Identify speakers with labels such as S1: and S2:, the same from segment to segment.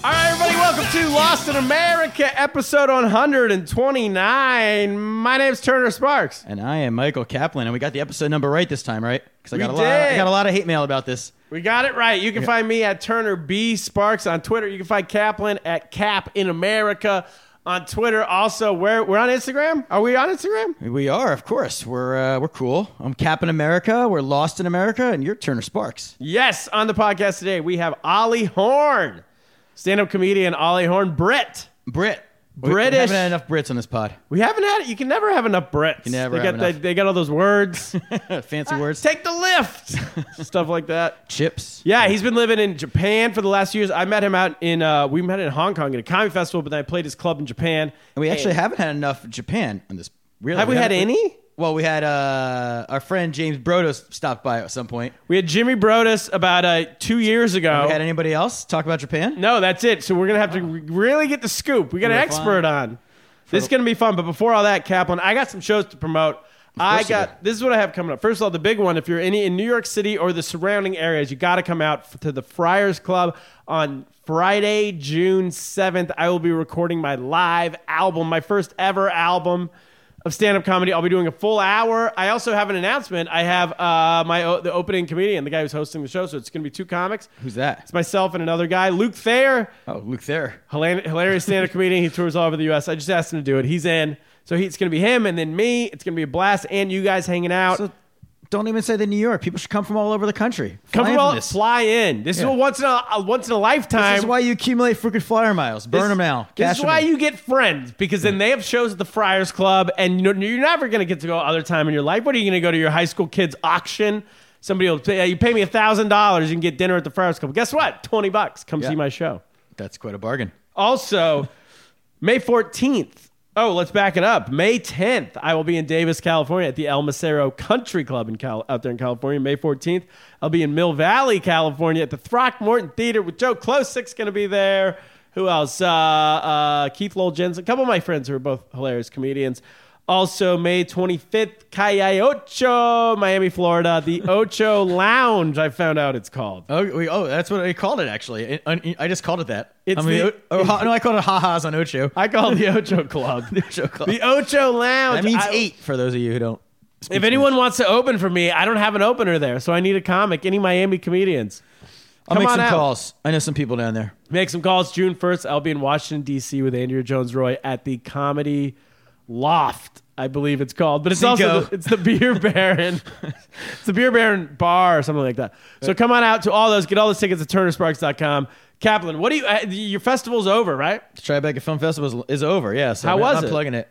S1: Oh,
S2: All right, everybody, welcome to Lost in America, episode 129. My name's Turner Sparks.
S1: And I am Michael Kaplan, and we got the episode number right this time, right? Because I
S2: We
S1: got a lot, I
S2: did.
S1: got a lot of hate mail about this.
S2: We got it right. You can find me at Turner B Sparks on Twitter. You can find Kaplan at Cap in America on Twitter. Also, we're, we're on Instagram. Are we on Instagram?
S1: We are, of course. We're uh, we're cool. I'm Captain America. We're Lost in America, and you're Turner Sparks.
S2: Yes, on the podcast today, we have Ollie Horn, stand up comedian Ollie Horn, Brit.
S1: Brit, We-
S2: British.
S1: We haven't had enough Brits on this pod.
S2: We haven't had it. You can never have enough Brits. You
S1: never
S2: they
S1: have
S2: got they-
S1: enough.
S2: they got all those words.
S1: Fancy words.
S2: Take the lift. Stuff like that.
S1: Chips.
S2: Yeah, he's been living in Japan for the last few years. I met him out in uh, we met in Hong Kong at a comedy festival, but then I played his club in Japan.
S1: And we actually haven't had enough Japan on this. Really,
S2: Have we had
S1: haven't-
S2: any?
S1: Well, we had uh, our friend James Brodos stopped by at some point.
S2: We had Jimmy Brodus about uh, two years ago.
S1: Have we had anybody else talk about Japan?
S2: no, that's it. So we're gonna have to re- really get the scoop. We got an
S1: We're
S2: expert
S1: fine.
S2: on. This is gonna be fun. But before all that, Kaplan, I got some shows to promote. I
S1: you
S2: got this is what I have coming up. First of all, the big one. If you're any in New York City or the surrounding areas, you got to come out f- to the Friars Club on Friday, June seventh. I will be recording my live album, my first ever album of stand-up comedy. I'll be doing a full hour. I also have an announcement. I have uh, my o- the opening comedian, the guy who's hosting the show. So it's going to be two comics.
S1: Who's that?
S2: It's myself and another guy, Luke Thayer.
S1: Oh, Luke there.
S2: Hilar- hilarious stand-up comedian. He tours all over the U.S. I just asked him to do it. He's in. So he, it's going to be him and then me. It's going to be a blast and you guys hanging out.
S1: So, don't even say the New York. People should come from all over the country.
S2: Come
S1: Fly in
S2: from all,
S1: this.
S2: fly in. This
S1: Yeah.
S2: is a once in a, a once in a lifetime.
S1: This is why you accumulate freaking flyer miles. Burn
S2: This-
S1: them now.
S2: This
S1: Cash
S2: is
S1: 'em
S2: why
S1: in.
S2: you get friends because then they have shows at the Friars Club, and you know, you're never going to get to go other time in your life. What are you going to go to your high school kids auction? Somebody will pay, you pay me a thousand dollars, you can get dinner at the Friars Club. Guess what? Twenty bucks. Come
S1: Yeah.
S2: see my show.
S1: That's quite a bargain.
S2: Also, May 14th. Oh, let's back it up. May 10th, I will be in Davis, California at the El Macero Country Club in Cal- out there in California. May 14th, I'll be in Mill Valley, California at the Throckmorton Theater with Joe Klosick's going to be there. Who else? Uh, uh, Keith Lowell Jensen, a couple of my friends who are both hilarious comedians. Also, May 25th, Calle Ocho, Miami, Florida. The Ocho Lounge, I found out it's called.
S1: Oh, we, oh, that's what I called it actually. It- un- I just called it that.
S2: It's
S1: I mean,
S2: the-
S1: oh, ha- no, I called it ha-has on Ocho.
S2: I call it the Ocho Club.
S1: The Ocho Club.
S2: The Ocho Lounge.
S1: that means
S2: I-
S1: eight for those of you who don't.
S2: If anyone wants to open for me, I don't have an opener there, so I need a comic. Any Miami comedians?
S1: I'll
S2: Come
S1: make
S2: on
S1: some
S2: out.
S1: calls. I know some people down there.
S2: Make some calls. June first, I'll be in Washington D.C. with Andrea Jones Roy at the Comedy Loft, I believe it's called, but it's also
S1: Cinco.
S2: the, it's the Beer Baron, it's the Beer Baron Bar or something like that. So come on out to all those. Get all those tickets at TurnerSparks.com. Kaplan, what do you? Uh, your festival's over, right?
S1: The Tribeca Film Festival is, is over. Yeah, so
S2: How
S1: I'm,
S2: was
S1: I'm
S2: it?
S1: plugging it.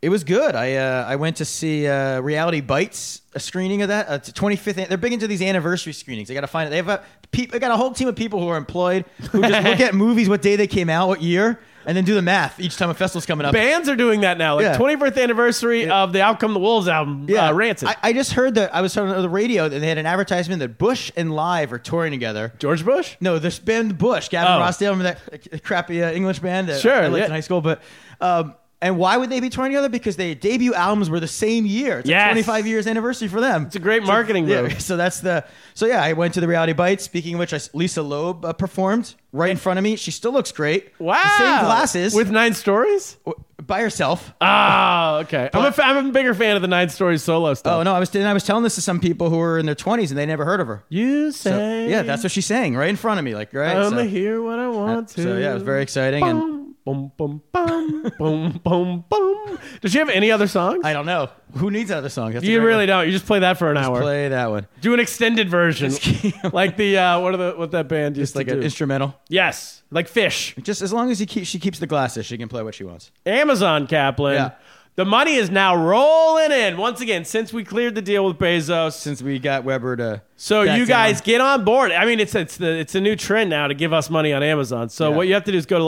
S1: It was good. I uh, I went to see uh, Reality Bites, a screening of that. Uh, it's a 25th. an- They're big into these anniversary screenings. They got to find it. They have a peop, they got a whole team of people who are employed who just look at movies, what day they came out, what year, and then do the math each time a festival's coming up.
S2: Bands are doing that now. Like
S1: Yeah.
S2: 24th anniversary of the Outcome the Wolves album, uh, Rancid.
S1: I, I just heard that I was on the radio that they had an advertisement that Bush and Live are touring together.
S2: George Bush?
S1: No, this band Bush, Gavin
S2: Oh.
S1: Rossdale, remember that uh, crappy uh, English band that
S2: Sure,
S1: I liked
S2: yeah.
S1: in high school. But um, and why would they be touring together? Because their debut albums were the same year. It's
S2: Yes.
S1: like 25 years anniversary for them. It's
S2: a great marketing
S1: so,
S2: move.
S1: So that's the so yeah. I went to the Reality Bite. Speaking of which, I, Lisa Loeb uh, performed right in front of me. She still looks great.
S2: Wow.
S1: The same glasses
S2: With nine stories?
S1: w- by herself.
S2: Oh, okay. I'm a, fa- I'm a bigger fan of the nine stories solo stuff.
S1: Oh no, I was and I was telling this to some people who were in their 20s and they never heard of her.
S2: You
S1: So,
S2: say.
S1: yeah, that's what she sang right in front of me, like right.
S2: I only
S1: so,
S2: hear what I want to.
S1: Uh, so yeah, it was very exciting. And
S2: Boom, boom, boom, boom, boom, boom, boom. Does she have any other songs?
S1: I don't know who needs another song. That's a
S2: you
S1: great
S2: really
S1: one.
S2: don't. You just play that for an hour.
S1: play that one.
S2: Do an extended version,
S1: keep-
S2: like the uh, what are the what that band used
S1: Just like
S2: to
S1: an
S2: do?
S1: instrumental.
S2: yes, like Fish.
S1: Just as long as you keep, she keeps the glasses, she can play what she wants.
S2: Amazon Kaplan.
S1: Yeah.
S2: The money is now rolling in once again since we cleared the deal with Bezos.
S1: Since we got Weber to,
S2: So
S1: back
S2: you guys
S1: down.
S2: get on board. I mean, it's it's the it's a new trend now to give us money on Amazon. So
S1: Yeah.
S2: what you have to do is go to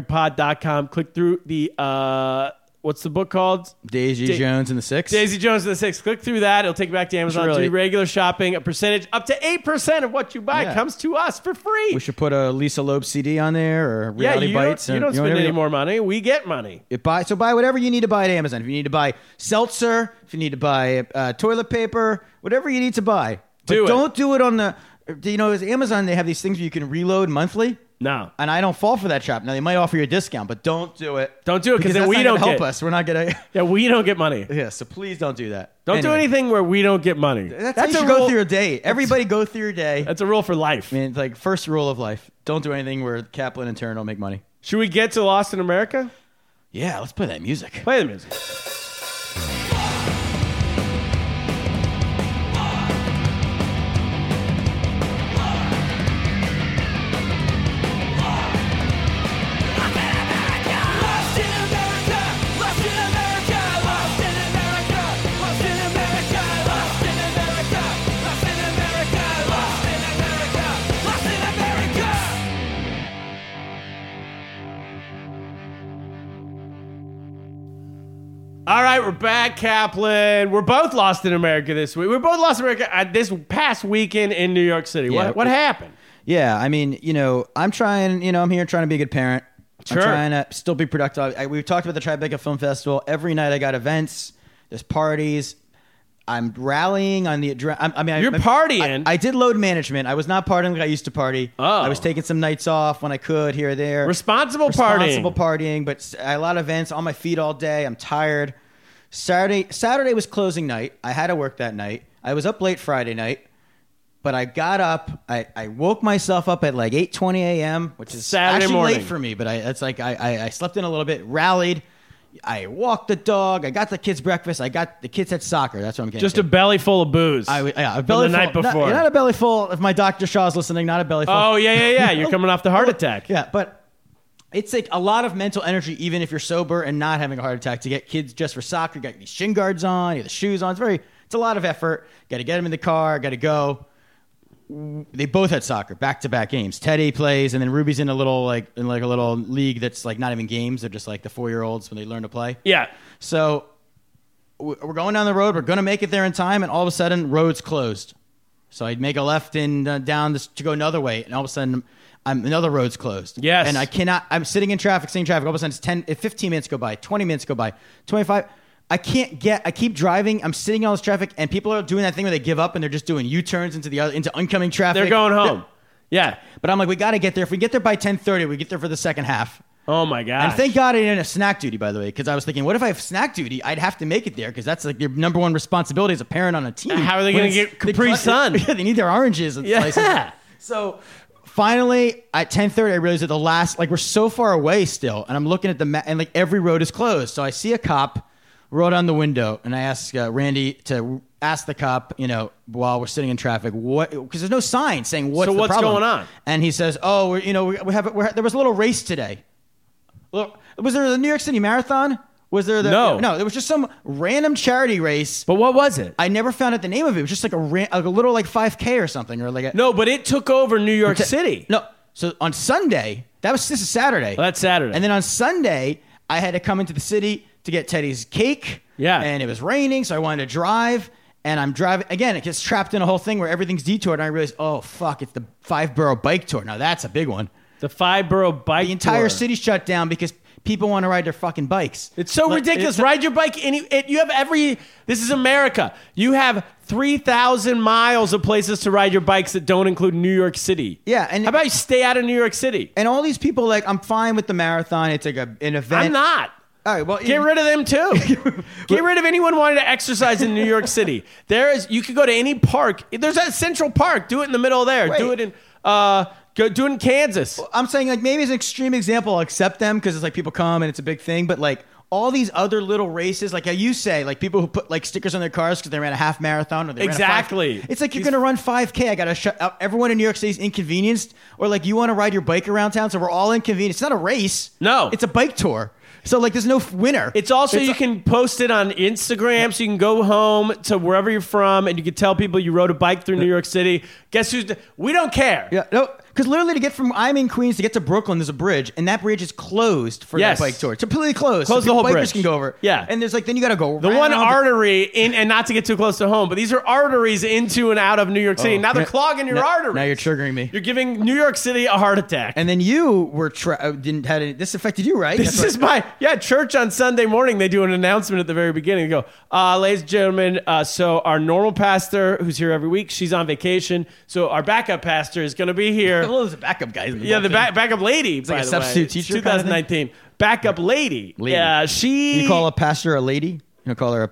S2: lostinamericapod.com, click through the uh what's the book called?
S1: Daisy
S2: Da-
S1: Jones and the Six.
S2: Daisy Jones and the Six. Click through that. It'll take you back to Amazon.
S1: really-
S2: Do regular shopping. A percentage up to 8% of what you buy
S1: Yeah.
S2: comes to us for free.
S1: We should put a Lisa Loeb CD on there or
S2: yeah,
S1: Reality
S2: you
S1: Bites.
S2: don't, you
S1: or-
S2: don't
S1: know,
S2: spend
S1: whatever
S2: any more money. We get money.
S1: You buy so buy whatever you need to buy at Amazon. If you need to buy seltzer, if you need to buy uh, toilet paper, whatever you need to buy, but
S2: Do it.
S1: not do it on the. You know, as Amazon, they have these things where you can reload monthly.
S2: No.
S1: And I don't fall for that trap. Now they might offer you a discount, but don't do it.
S2: Don't do it, 'cause then
S1: that's
S2: we
S1: not gonna
S2: don't
S1: help
S2: get-
S1: us. We're not gonna.
S2: Yeah, we don't get money.
S1: yeah, so please don't do that.
S2: Don't do
S1: Anyway.
S2: anything where we don't get money.
S1: That's, how you should go through your day. Everybody go through your day.
S2: That's a rule for life.
S1: I mean, it's like first rule of life: don't do anything where Kaplan and Turner don't make money.
S2: Should we get to Lost in America?
S1: Yeah, let's play that music.
S2: Play the music.
S3: Lost in America, lost in America, lost in America, lost in America, lost in America, lost in America, lost in America, lost in America.
S2: All right, we're back, Kaplan. We're both lost in America this week. We are both lost in America uh, this past weekend in New York City.
S1: Yeah.
S2: what, what happened?
S1: Yeah, I mean, you know, I'm trying. You know, I'm here trying to be a good parent.
S2: Sure.
S1: I'm trying to still be productive. I, we've talked about the Tribeca Film Festival. Every night I got events. There's parties. I'm rallying on the. adre- I'm, I mean,
S2: You're
S1: I,
S2: partying.
S1: I, I did load management. I was not partying like I used to party.
S2: Oh.
S1: I was taking some nights off when I could here or there.
S2: Responsible partying.
S1: Responsible partying, but s- a lot of events on my feet all day. I'm tired. Saturday Saturday was closing night. I had to work that night. I was up late Friday night, but I got up. I, I woke myself up at like 8:20 a.m., which is
S2: Saturday
S1: actually
S2: morning.
S1: late for me. But I that's like I, I I slept in a little bit, rallied. I walked the dog. I got the kids breakfast. I got the kids had soccer. That's what I'm getting.
S2: Just
S1: to.
S2: a belly full of booze.
S1: I, yeah, a
S2: from
S1: belly
S2: the
S1: full-
S2: night
S1: not-
S2: before.
S1: Not, a belly full. If my Dr. Shaw's listening, not a belly full.
S2: oh yeah, yeah, yeah. You're coming off the heart attack.
S1: Yeah, but it's like a lot of mental energy, even if you're sober and not having a heart attack, to get kids just for soccer. You got these shin guards on, you have the shoes on. It's very, it's a lot of effort. Got to get them in the car. Got to go. They both had soccer, back to back games. Teddy plays, and then Ruby's in a little like in like a little league that's like not even games. They're just like the four year olds when they learn to play.
S2: Yeah.
S1: So w- we're going down the road. We're going to make it there in time, and all of a sudden, road's closed. So I'd make a left and uh, down this, to go another way, and all of a sudden, I'm another road's closed.
S2: Yes.
S1: and I cannot. I'm sitting in traffic, seeing traffic. All of a sudden, it's 10, 15 minutes go by, 20 minutes go by, 25. I can't get. I keep driving. I'm sitting in all this traffic, and people are doing that thing where they give up and they're just doing U-turns into the other into oncoming traffic.
S2: They're going home. Yeah.
S1: But I'm like, we got to get there. If we get there by 10:30, we get there for the second half.
S2: Oh my god.
S1: And thank God I didn't have snack duty, by the way, because I was thinking, what if I have snack duty? I'd have to make it there because that's like your number one responsibility as a parent on a team.
S2: How are they
S1: When
S2: gonna
S1: it's-
S2: get Capri
S1: they-
S2: Sun?
S1: Yeah, they need their oranges and
S2: Yeah.
S1: slices. So finally, at ten thirty, I realized that the last like we're so far away still, and I'm looking at the map, and like every road is closed. So I see a cop roll down the window, and I ask uh, Randy to ask the cop, you know, while we're sitting in traffic, what because there's no sign saying what's
S2: So
S1: the
S2: what's
S1: problem.
S2: going on?
S1: And he says, oh, we're, you know, we, we have we're, there was a little race today. Well, was there the New York City Marathon? Was there the
S2: No.
S1: No, there was just some random charity race.
S2: But what was it?
S1: I never found out the name of it. It was just like a, ran, like a little like 5K or something or like a,
S2: no, but it took over New York
S1: Te-
S2: City.
S1: No. So on Sunday, That was this is Saturday.
S2: Well, that's Saturday.
S1: And then on Sunday, I had to come into the city to get Teddy's cake.
S2: Yeah.
S1: And it was raining, so I wanted to drive. And I'm driving again. It gets trapped in a whole thing where everything's detoured. And I realized, oh fuck, it's the five borough bike tour. Now that's a big one.
S2: the five borough bike.
S1: The entire
S2: tour.
S1: city's shut down because people want to ride their fucking bikes.
S2: It's so
S1: Like,
S2: ridiculous.
S1: it's-
S2: Ride your bike any. It, you have every. This is America. You have three thousand miles of places to ride your bikes that don't include New York City.
S1: Yeah, and-
S2: how about you stay out of New York City?
S1: And all these people like, I'm fine with the marathon. It's like a, an event.
S2: I'm not.
S1: All right, well,
S2: Get rid of them too. Get rid of anyone wanting to exercise in New York City. There is. You could go to any park. There's that Central Park. Do it in the middle of there. Do it
S1: Right.
S2: in. Uh, go do it in Kansas.
S1: I'm saying like maybe as an extreme example, I'll accept them because it's like people come and it's a big thing. But like all these other little races, like how you say, like people who put like stickers on their cars because they ran a half marathon or they ran a five-
S2: Exactly.
S1: it's like you're
S2: These-
S1: gonna run 5K. I gotta shut out everyone in New York City's inconvenienced, or like you want to ride your bike around town, so we're all inconvenienced. It's not a race.
S2: No.
S1: it's a bike tour. So like there's no f- winner.
S2: It's also you can post it on Instagram, so you can go home to wherever you're from, and you can tell people you rode a bike through New York City. Guess who's? The, we don't care.
S1: Yeah, no, because literally to get from I'm in Queens to get to Brooklyn, there's a bridge, and that bridge is closed for
S2: Yes.
S1: that bike tour. It's completely closed.
S2: Close the
S1: people-
S2: whole
S1: bikers
S2: bridge.
S1: can go over.
S2: Yeah.
S1: and there's like then you got to go
S2: The
S1: around
S2: one artery in, and not to get too close to home, but these are arteries into and out of New York City. now they're
S1: Now-
S2: clogging your
S1: Oh, now-
S2: arteries.
S1: now you're triggering me.
S2: You're giving New York City a heart attack.
S1: And then you were tra- uh, didn't had any, this affected you, right?
S2: This
S1: That's
S2: is my yeah church on Sunday morning. They do an announcement at the very beginning. They go, uh, ladies and gentlemen. Uh, so our normal pastor, who's here every week, she's on vacation. So our backup pastor is going to be here.
S1: right. well, there's a backup guy. in
S2: Yeah, the
S1: bullpen.
S2: back, backup lady. It's
S1: like a substitute teacher kind of
S2: 2019.
S1: thing?
S2: Backup lady. Yeah, she.
S1: You call a pastor a lady? You don't call her a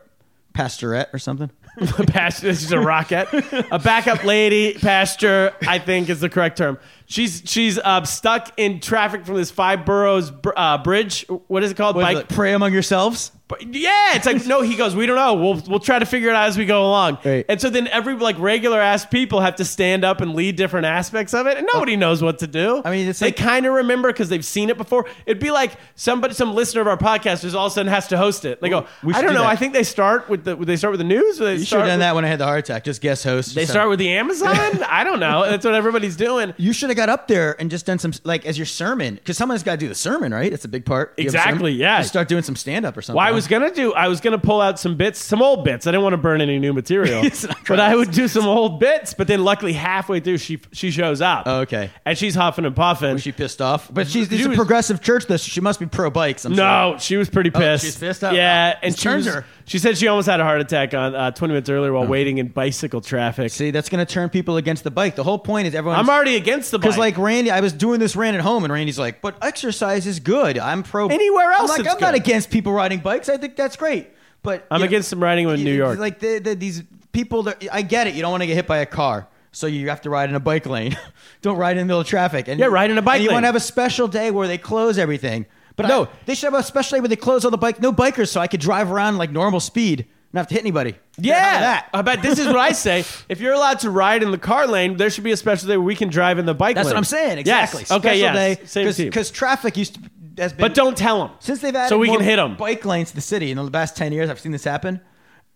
S1: pastorette or something?
S2: a pastor. This is a rocket. a backup lady pastor, I think, is the correct term. She's she's uh, stuck in traffic from this five boroughs br- uh, bridge. What is it called?
S1: Like, pray among yourselves.
S2: But yeah, it's like no. He goes, we don't know. We'll we'll try to figure it out as we go along.
S1: Right.
S2: And so then every like regular ass people have to stand up and lead different aspects of it, and nobody knows what to do.
S1: I mean, it's
S2: they
S1: like-
S2: kind of remember because they've seen it before. It'd be like somebody, some listener of our podcast, just all of a sudden has to host it. They go,
S1: We should
S2: I don't
S1: do
S2: know.
S1: that.
S2: I think they start with the they start with the news. Or they
S1: You should
S2: start
S1: have done
S2: with-
S1: that when I had the heart attack. Just guest host.
S2: They
S1: Just
S2: start
S1: have-
S2: with the Amazon. I don't know. That's what everybody's doing.
S1: You should have got up there and just done some like as your sermon because someone's got to do the sermon, right? That's a big part. Do you have a sermon?
S2: Exactly, yeah.
S1: Just start doing some stand up or something.
S2: Well, I was gonna do. I was gonna pull out some bits, some old bits. I didn't want to burn any new material,
S1: It's not
S2: but I would do some old bits. But then, luckily, halfway through, she she shows up.
S1: Oh, okay.
S2: and she's huffing and puffing.
S1: Was she pissed off? But she's this
S2: She
S1: is a
S2: was-
S1: progressive church, though. So she must be pro bikes. I'm
S2: no, she was pretty pissed.
S1: she's Oh, pissed off?
S2: Yeah,
S1: Oh,
S2: and
S1: it
S2: she
S1: turns
S2: was-
S1: her. Oh.
S2: She said she almost had a heart attack on uh, 20 minutes earlier while waiting in bicycle traffic.
S1: See, that's going to turn people against the bike. The whole point is everyone.
S2: I'm already against the bike.
S1: because like Randy, I was doing this rant at home, and Randy's like, "But exercise is good. I'm pro."
S2: Anywhere else
S1: I'm like,
S2: it's
S1: I'm not
S2: good."
S1: against people riding bikes. I think that's great. But
S2: I'm
S1: you know,
S2: against them riding them in
S1: you-
S2: New York.
S1: Like the, the, these people, that, I get it. You don't want to get hit by a car, so you have to ride in a bike lane. don't ride in the middle of traffic. And
S2: Yeah, ride in a bike
S1: and You
S2: lane.
S1: want to have a special day where they close everything. But no,
S2: I-
S1: they should have a special day where they close all the bike, no bikers, so I could drive around like normal speed and not have to hit anybody. Get out
S2: yeah,
S1: of that.
S2: I bet this is what I say. If you're allowed to ride in the car lane, there should be a special day where we can drive in the bike
S1: That's
S2: lane.
S1: what I'm saying.
S2: Yes.
S1: Exactly.
S2: Okay. Yes. Same team.
S1: Because traffic used to has been.
S2: But don't tell them.
S1: Since they've added
S2: so we
S1: more
S2: can hit them.
S1: bike lanes to the city in the last 10 years, I've seen this happen.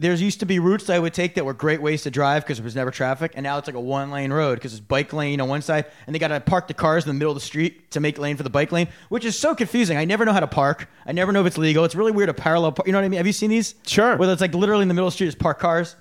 S1: There's used to be routes that I would take that were great ways to drive because there was never traffic, and now it's like a one lane road because there's bike lane on one side, and they got to park the cars in the middle of the street to make lane for the bike lane, which is so confusing. I never know how to park. I never know if it's legal. It's really weird to parallel park. You know what I mean? Have you seen these?
S2: Sure.
S1: Where it's like literally in the middle of the street, just park cars.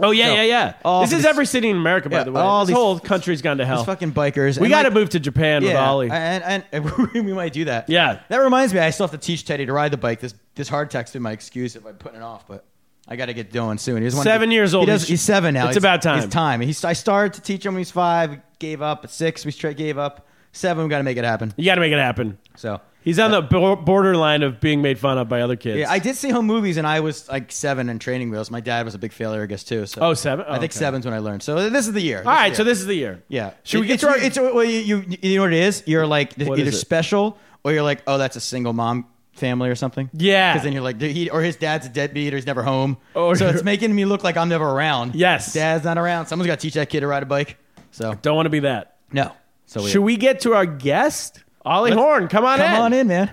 S2: Oh yeah,
S1: No.
S2: yeah, yeah.
S1: All
S2: this is
S1: these-
S2: every city in America, by
S1: Yeah,
S2: the way.
S1: all
S2: this
S1: these-
S2: whole country's gone to hell.
S1: These fucking bikers.
S2: Oh. we
S1: And,
S2: got to
S1: like,
S2: move to Japan with Ollie.
S1: And, and we might do that.
S2: Yeah.
S1: That reminds me, I still have to teach Teddy to ride the bike. This this hard tech's been my excuse if I'm putting it off, but I got to get doing soon. He's
S2: Seven years old.
S1: He does,
S2: He's-
S1: he's seven now.
S2: it's about time.
S1: It's time. He's, I started to teach him when he's five. We gave up at six. We straight gave up. Seven, we got to make it happen.
S2: you got to make it happen.
S1: So
S2: He's on the bor- borderline of being made fun of by other kids.
S1: Yeah, I did see home movies, and I was like seven in training wheels. My dad was a big failure, I guess, too. So
S2: Oh, seven? Oh,
S1: I think
S2: okay.
S1: seven's when I learned. So this is the year.
S2: All
S1: is the
S2: right,
S1: year.
S2: so this is the year.
S1: Yeah.
S2: Should we
S1: It-
S2: get
S1: it's,
S2: to our?
S1: It's, well, you, you, you know what it is? You're like th-
S2: What
S1: either
S2: is it?
S1: special or you're like, oh, that's a single mom family or something.
S2: Yeah.
S1: Because then you're like, he, or his dad's a deadbeat or he's never home.
S2: Or-
S1: so it's making me look like I'm never around.
S2: Yes.
S1: Dad's not around. Someone's got to teach that kid to ride a bike. So,
S2: don't want to be that.
S1: no. So
S2: Should we get to our guest, Ollie
S1: Let's-
S2: Horn? Come on
S1: Come
S2: in.
S1: on in, man.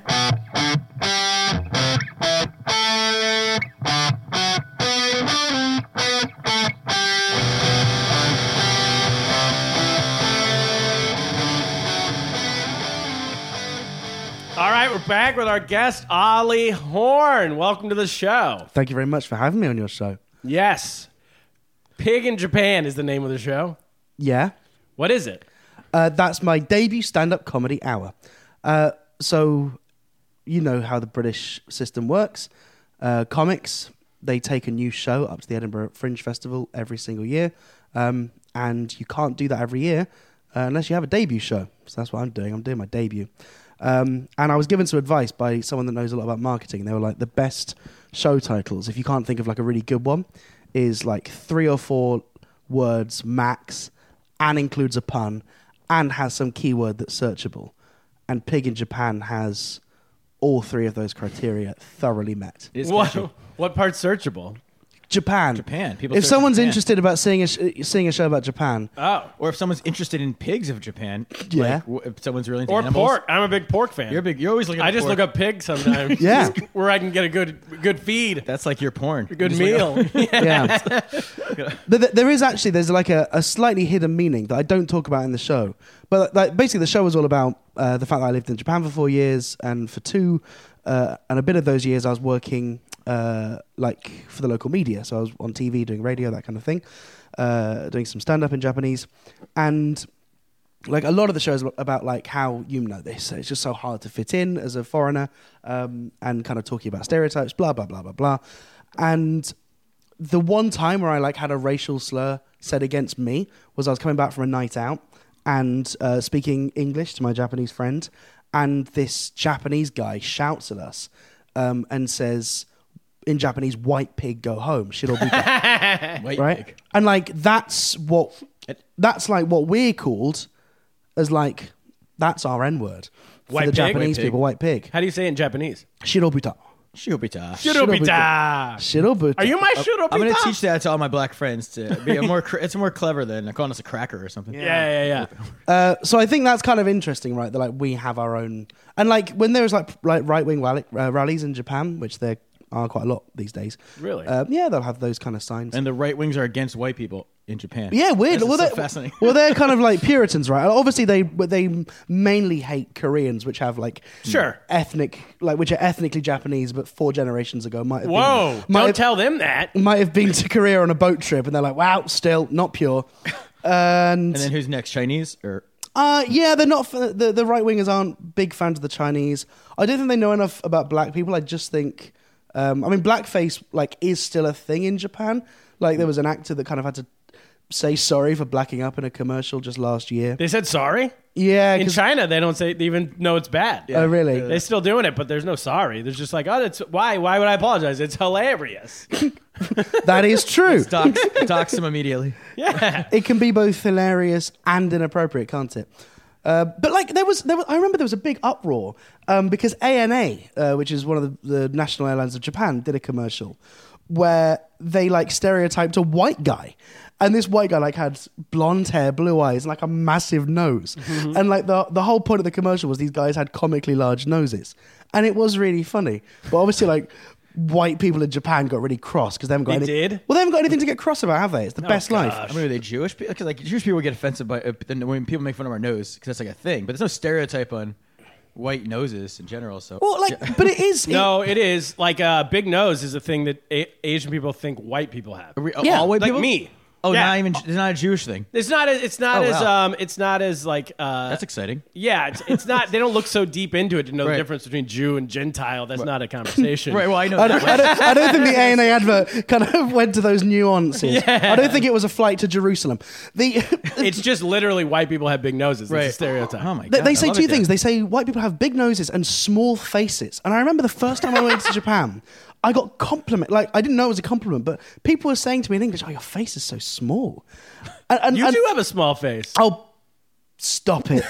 S2: All right, we're back with our guest, Ollie Horn. Welcome to the show.
S4: Thank you very much for having me on your show.
S2: Yes. Pig in Japan is the name of the show.
S4: Yeah.
S2: What is it?
S4: Uh, that's my debut stand up comedy hour. Uh, so, you know how the British system works. Uh, comics, they take a new show up to the Edinburgh Fringe Festival every single year. Um, and you can't do that every year uh, unless you have a debut show. So, that's what I'm doing. I'm doing my debut. Um, and I was given some advice by someone that knows a lot about marketing. They were like, the best show titles, if you can't think of like a really good one, is like three or four words max and includes a pun and has some keyword that's searchable. And Pig in Japan has all three of those criteria thoroughly met.
S2: What, what part's searchable?
S4: Japan.
S1: Japan. People
S4: if
S1: search
S4: someone's
S1: Japan.
S4: interested about seeing a, sh- seeing a show about Japan,
S2: Oh.
S1: Or if someone's interested in pigs of Japan,
S4: Yeah.
S1: like, w- if someone's really into
S2: Or
S1: animals,
S2: pork. I'm a big pork fan.
S1: You're big. You're always looking.
S2: I
S1: at
S2: just
S1: pork.
S2: look up pig sometimes.
S4: Yeah.
S2: Where I can get a good good feed,
S1: That's like your porn.
S2: good
S1: Just look up-
S2: meal.
S4: yeah. but th- there is actually there's like a, a slightly hidden meaning that I don't talk about in the show. But like basically the show was all about uh, the fact that I lived in Japan for four years and for two uh, and a bit of those years I was working uh, like for the local media. So I was on TV doing radio that kind of thing, uh, doing some stand up in Japanese, and like a lot of the shows about like how you know this it's just so hard to fit in as a foreigner um, and kind of talking about stereotypes blah blah blah blah blah and the one time where i like had a racial slur said against me was i was coming back from a night out and uh, speaking english to my japanese friend and this japanese guy shouts at us um, and says in japanese white pig go home should all be
S1: White
S4: right?
S1: pig.
S4: And like that's what that's like what we're called as like that's our N word for
S2: White
S4: the
S2: pig? White
S4: Japanese
S2: pig.
S4: people. White pig.
S2: How do you say it in Japanese?
S4: Shirobita.
S1: Shirobita.
S2: Shirobita.
S4: Shirobita.
S2: Ah, Are you my Shirobita?
S1: I'm gonna teach that to all my black friends to be a more. cr- it's more clever than calling us a cracker or something.
S2: Yeah, yeah, yeah.
S4: Uh, so I think that's kind of interesting, right? That like we have our own, and like when there was like like right wing rally, uh, rallies in Japan, which there are quite a lot these days.
S2: Really?
S4: Uh, yeah, they'll have those kind of signs.
S1: And the right wings are against white people in Japan.
S4: Yeah,
S1: Yes,
S4: weird.
S1: it's
S4: Well,
S1: so
S4: they're,
S1: fascinating.
S4: well, they're kind of like Puritans, right? Obviously, they but they mainly hate Koreans, which have like
S2: Sure.
S4: ethnic, like which are ethnically Japanese, but four generations ago might have
S2: Whoa.
S4: been, might
S2: Don't
S4: have,
S2: tell them that.
S4: might have been to Korea on a boat trip, and they're like, wow, still not pure.
S1: And
S4: And
S1: then who's next? Chinese or
S4: uh, yeah, they're not f- the the right wingers aren't big fans of the Chinese. I don't think they know enough about black people. I just think, um, I mean, blackface like is still a thing in Japan. Like
S2: Mm.
S4: there was an actor that kind of had to say sorry for blacking up in a commercial just last year.
S2: They said sorry.
S4: Yeah,
S2: In
S4: 'cause-
S2: China, they don't say they even know it's bad.
S4: Oh, really?
S2: They're still doing it, but there's no sorry. There's just like, oh, that's why? Why would I apologize? It's hilarious.
S4: that is true.
S1: dox, dox him immediately?
S2: Yeah.
S4: it can be both hilarious and inappropriate, can't it? Uh, but like there was, there was, I remember there was a big uproar um, because ANA, uh, which is one of the, the national airlines of Japan, did a commercial where they like stereotyped a white guy, and this white guy like had blonde hair, blue eyes, and like a massive nose,
S2: Mm-hmm.
S4: and like the the whole point of the commercial was these guys had comically large noses, and it was really funny. But obviously, like white people in Japan got really cross because they haven't got
S2: They
S4: any-
S2: did? Oh,
S4: Well, they haven't got anything to get cross about, have they? It's the best life.
S1: I mean, are they Jewish? Because like Jewish people get offended by uh, then when people make fun of our nose because that's like a thing. But there's no stereotype on white noses in general. So
S4: Well, like, but it is.
S2: no, it is like uh, big nose is a thing that a- Asian people think white people have.
S1: Are we-
S4: Yeah,
S1: all white
S2: like
S1: people?
S2: me.
S1: Oh,
S2: Yeah.
S1: not even. It's not a Jewish thing.
S2: It's not as it's not
S1: Oh,
S2: as
S1: wow.
S2: um it's not as like uh
S1: That's exciting.
S2: yeah it's, it's not they don't look so deep into it to know
S1: Right.
S2: the difference between Jew and Gentile. That's not a conversation.
S1: Right. Well, I know.
S4: I
S1: that.
S4: don't, I, don't, I don't think the ANA advert kind of went to those nuances. I don't think it was a flight to Jerusalem. The,
S2: It's just literally white people have big noses. It's
S1: Right.
S2: a stereotype.
S1: Oh my
S4: they,
S1: god.
S4: they
S1: I
S4: say
S1: love
S4: two
S1: it there.
S4: things. They say white people have big noses and small faces. And I remember the first time I went to Japan, I got compliment. Like I didn't know it was a compliment, but people were saying to me in English, "Oh, your face is so small." And, and,
S2: You
S4: and-
S2: do have a small face.
S4: Oh, stop it!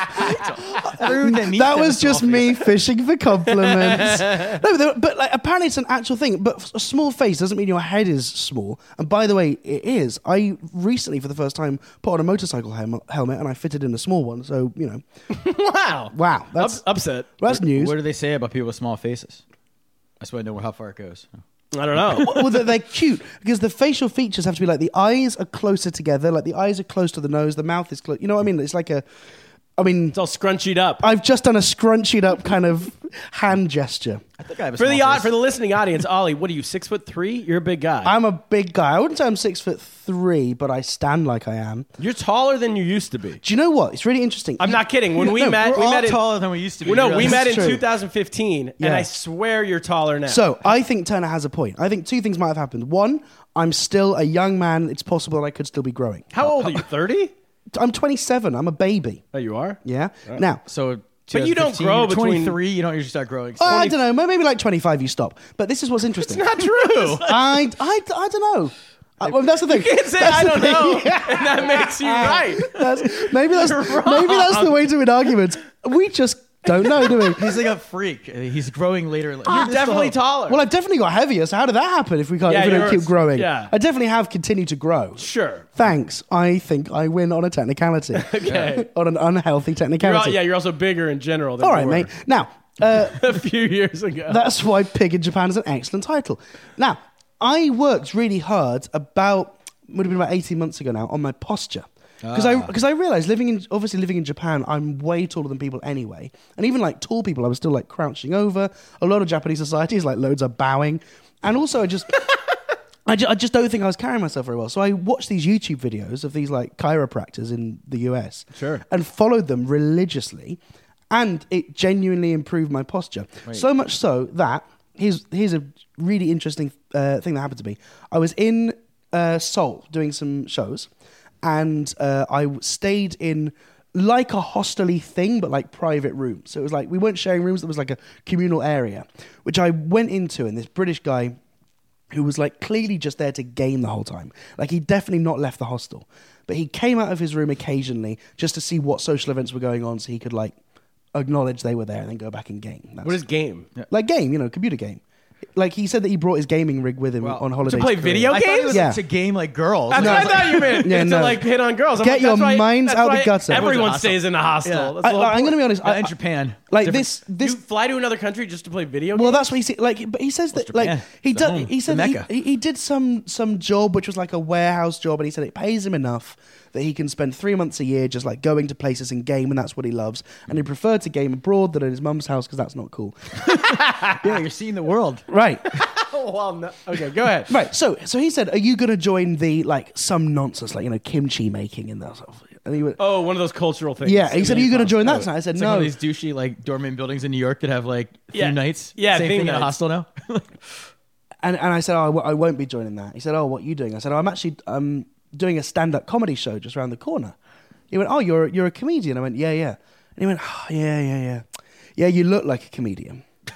S1: Everyone that meets
S4: that
S1: them
S4: was
S1: is all
S4: just
S1: fake.
S4: me fishing for compliments. no, but, there- but, like apparently it's an actual thing. But a small face doesn't mean your head is small. And by the way, it is. I recently, for the first time, put on a motorcycle hem- helmet and I fitted in a small one. So you know,
S2: wow.
S4: wow,
S2: Up,
S4: that's
S2: upset.
S4: that's news.
S1: What do they say about people with small faces? I just want to know how far it goes.
S2: I don't know.
S4: well, they're, they're cute because the facial features have to be like the eyes are closer together, like the eyes are close to the nose, the mouth is close. You know what I mean? It's like a I mean,
S2: It's all scrunchied up.
S4: I've just done a scrunchied up kind of hand gesture.
S1: I think I have a
S2: For the
S1: small
S2: odd,
S1: face.
S2: for the listening audience, Ollie, what are you? Six foot three? You're a big guy.
S4: I'm a big guy. I wouldn't say I'm six foot three, but I stand like I am.
S2: You're taller than you used to be.
S4: Do you know what? It's really interesting.
S2: I'm not kidding. When we
S4: No,
S2: met,
S1: we're
S2: we
S1: all
S2: met in-
S1: taller than we used to be.
S2: no, we
S1: really.
S2: met in
S4: It's true.
S2: 2015, and
S4: Yeah.
S2: I swear you're taller now.
S4: So I think Turner has a point. I think two things might have happened. One, I'm still a young man. It's possible that I could still be growing.
S2: how old are you? 30?
S4: I'm 27. I'm a baby.
S2: Oh, you are.
S4: Yeah. Now,
S1: So,
S2: But you don't
S1: 2015,
S2: grow between-
S1: 23. You don't usually start growing.
S4: oh, I don't know. Maybe like 25, you stop. But this is what's interesting.
S2: Not true.
S4: I, I, I don't know. I, well, that's the thing.
S2: Can't say
S4: That's
S2: I
S4: the
S2: don't
S4: thing. Uh,
S2: know, and that makes you right.
S4: That's- maybe that's maybe that's the way to win arguments. We just don't know, do we?
S1: He's like a freak. Uh, He's growing later. and later.
S4: Ah,
S2: You're definitely taller.
S4: Well, I've definitely got heavier. So how did that happen? If we can't,
S2: Yeah,
S4: if we don't
S2: you're-
S4: keep growing,
S2: yeah.
S4: I definitely have continued to grow.
S2: sure.
S4: Thanks. I think I win on a technicality.
S2: Okay.
S4: on an unhealthy
S2: You're all-
S4: technicality.
S2: yeah, you're also bigger in general. Than
S4: All
S2: you
S4: right,
S2: were
S4: mate. Now, uh,
S2: A few years ago.
S4: that's why Pig in Japan is an excellent title. Now, I worked really hard about would have been about eighteen months ago now on my posture. Because I because I realized living in obviously living in Japan, I'm way taller than people anyway, and even like tall people, I was still like crouching over. A lot of Japanese societies, like loads are bowing, and also I just. I ju- I just, don't think I was carrying myself very well. So I watched these YouTube videos of these like chiropractors in the US.
S2: Sure.
S4: And followed them religiously. And it genuinely improved my posture. So much so that here's, here's a really interesting uh, thing that happened to me. I was in uh, Seoul doing some shows. And uh, I w- stayed in like a hostel thing, but like private rooms. So it was like we weren't sharing rooms. It was like a communal area, which I went into. And this British guy who was like clearly just there to game the whole time. Like he definitely not left the hostel, but he came out of his room occasionally just to see what social events were going on, so he could like acknowledge they were there and then go back and game. That's,
S2: What is game?
S4: like game? You know, computer game. Like he said that he brought his gaming rig with him on holiday.
S2: play
S4: Korea.
S2: video
S1: I thought it was
S4: Yeah.
S1: like to game like girls.
S2: That's
S1: And I
S2: what
S1: was
S2: I thought you meant.
S4: Yeah,
S2: to
S4: no.
S2: like hit on girls. I'm
S4: Get
S2: like,
S4: your
S2: that's why-
S4: minds
S2: that's
S4: out the
S2: why
S4: gutter.
S2: Everyone
S1: Hostel.
S2: stays in a hostel. That's
S4: I,
S2: the whole
S4: like, I'm
S2: point.
S4: going to be honest.
S1: like,
S4: I-
S1: in
S4: I-
S1: Japan.
S4: like
S1: different-
S4: this, this
S2: you fly to another country just to play video
S4: Well,
S2: games?
S4: that's what he said. Like, but he says that, like,
S1: Japan.
S4: he
S1: It's the
S4: does.
S1: home.
S4: He
S1: It's
S4: said
S1: the
S4: that
S1: Mecca.
S4: he, he- he did some some job which was like a warehouse job, and he said it pays him enough that he can spend three months a year just like going to places and game, and that's what he loves. And he preferred to game abroad than at his mum's house because that's not cool.
S1: yeah, you're seeing the world.
S4: Right.
S2: well, no. Okay, go ahead.
S4: Right. So, so he said, "Are you going to join the like some nonsense like you know kimchi making and that?" Sort of, and he went,
S2: Oh, one of those cultural things.
S4: "Yeah." He said, "Are you going to join that?" And I said,
S1: It's like one
S4: "No."
S1: of these douchey like dormant buildings in New York that have like
S2: Yeah.
S1: theme nights.
S2: Yeah,
S1: same
S2: theme
S1: thing in a
S2: nights.
S1: hostel now.
S4: And, and I said, oh, I, w- I won't be joining that. He said, oh, what are you doing? I said, oh, I'm actually um, doing a stand-up comedy show just around the corner. He went, oh, you're, you're a comedian? I went, yeah, yeah. And he went, oh, yeah, yeah, yeah. Yeah, you look like a comedian,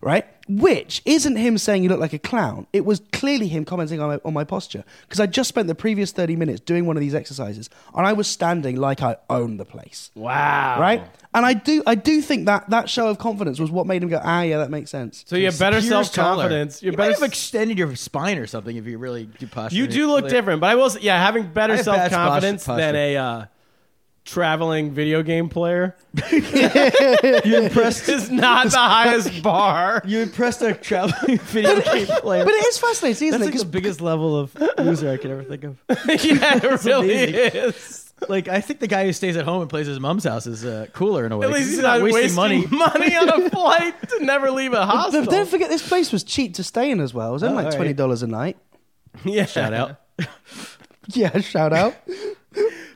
S4: right? Which isn't him saying you look like a clown. It was clearly him commenting on my, on my posture because I just spent the previous 30 minutes doing one of these exercises and I was standing like I owned the place
S2: Oh. Wow.
S4: right? And I do, I do think that that show of confidence was what made him go, ah, yeah, that makes sense.
S2: So you have better
S1: Pure
S2: self confidence.
S1: color.
S2: You're
S1: You
S2: better.
S1: might have extended your spine or something if you really do posture.
S2: you do look
S1: Like-
S2: different, but I will. Say, yeah, having
S1: I
S2: better
S1: have
S2: self
S1: bad
S2: confidence
S1: posture- posture.
S2: than a uh, traveling video game player
S1: You impressed.
S2: is not the highest bar.
S1: you impressed a traveling video game player.
S4: But it is fascinating, isn't
S1: That's
S4: it?
S1: like
S4: 'Cause
S1: the biggest level of loser I could ever think of.
S2: yeah, it really
S1: amazing.
S2: is.
S1: Like I think the guy who stays at home and plays his mom's house is uh, cooler in a way.
S2: At
S1: 'cause
S2: least he's not, wasting, money on a flight to never leave a
S4: But
S2: hostel.
S4: don't forget, this place was cheap to stay in as well. It was only like
S2: all right.
S4: twenty dollars a night.
S2: yeah. Shout out.
S4: Yeah, shout out.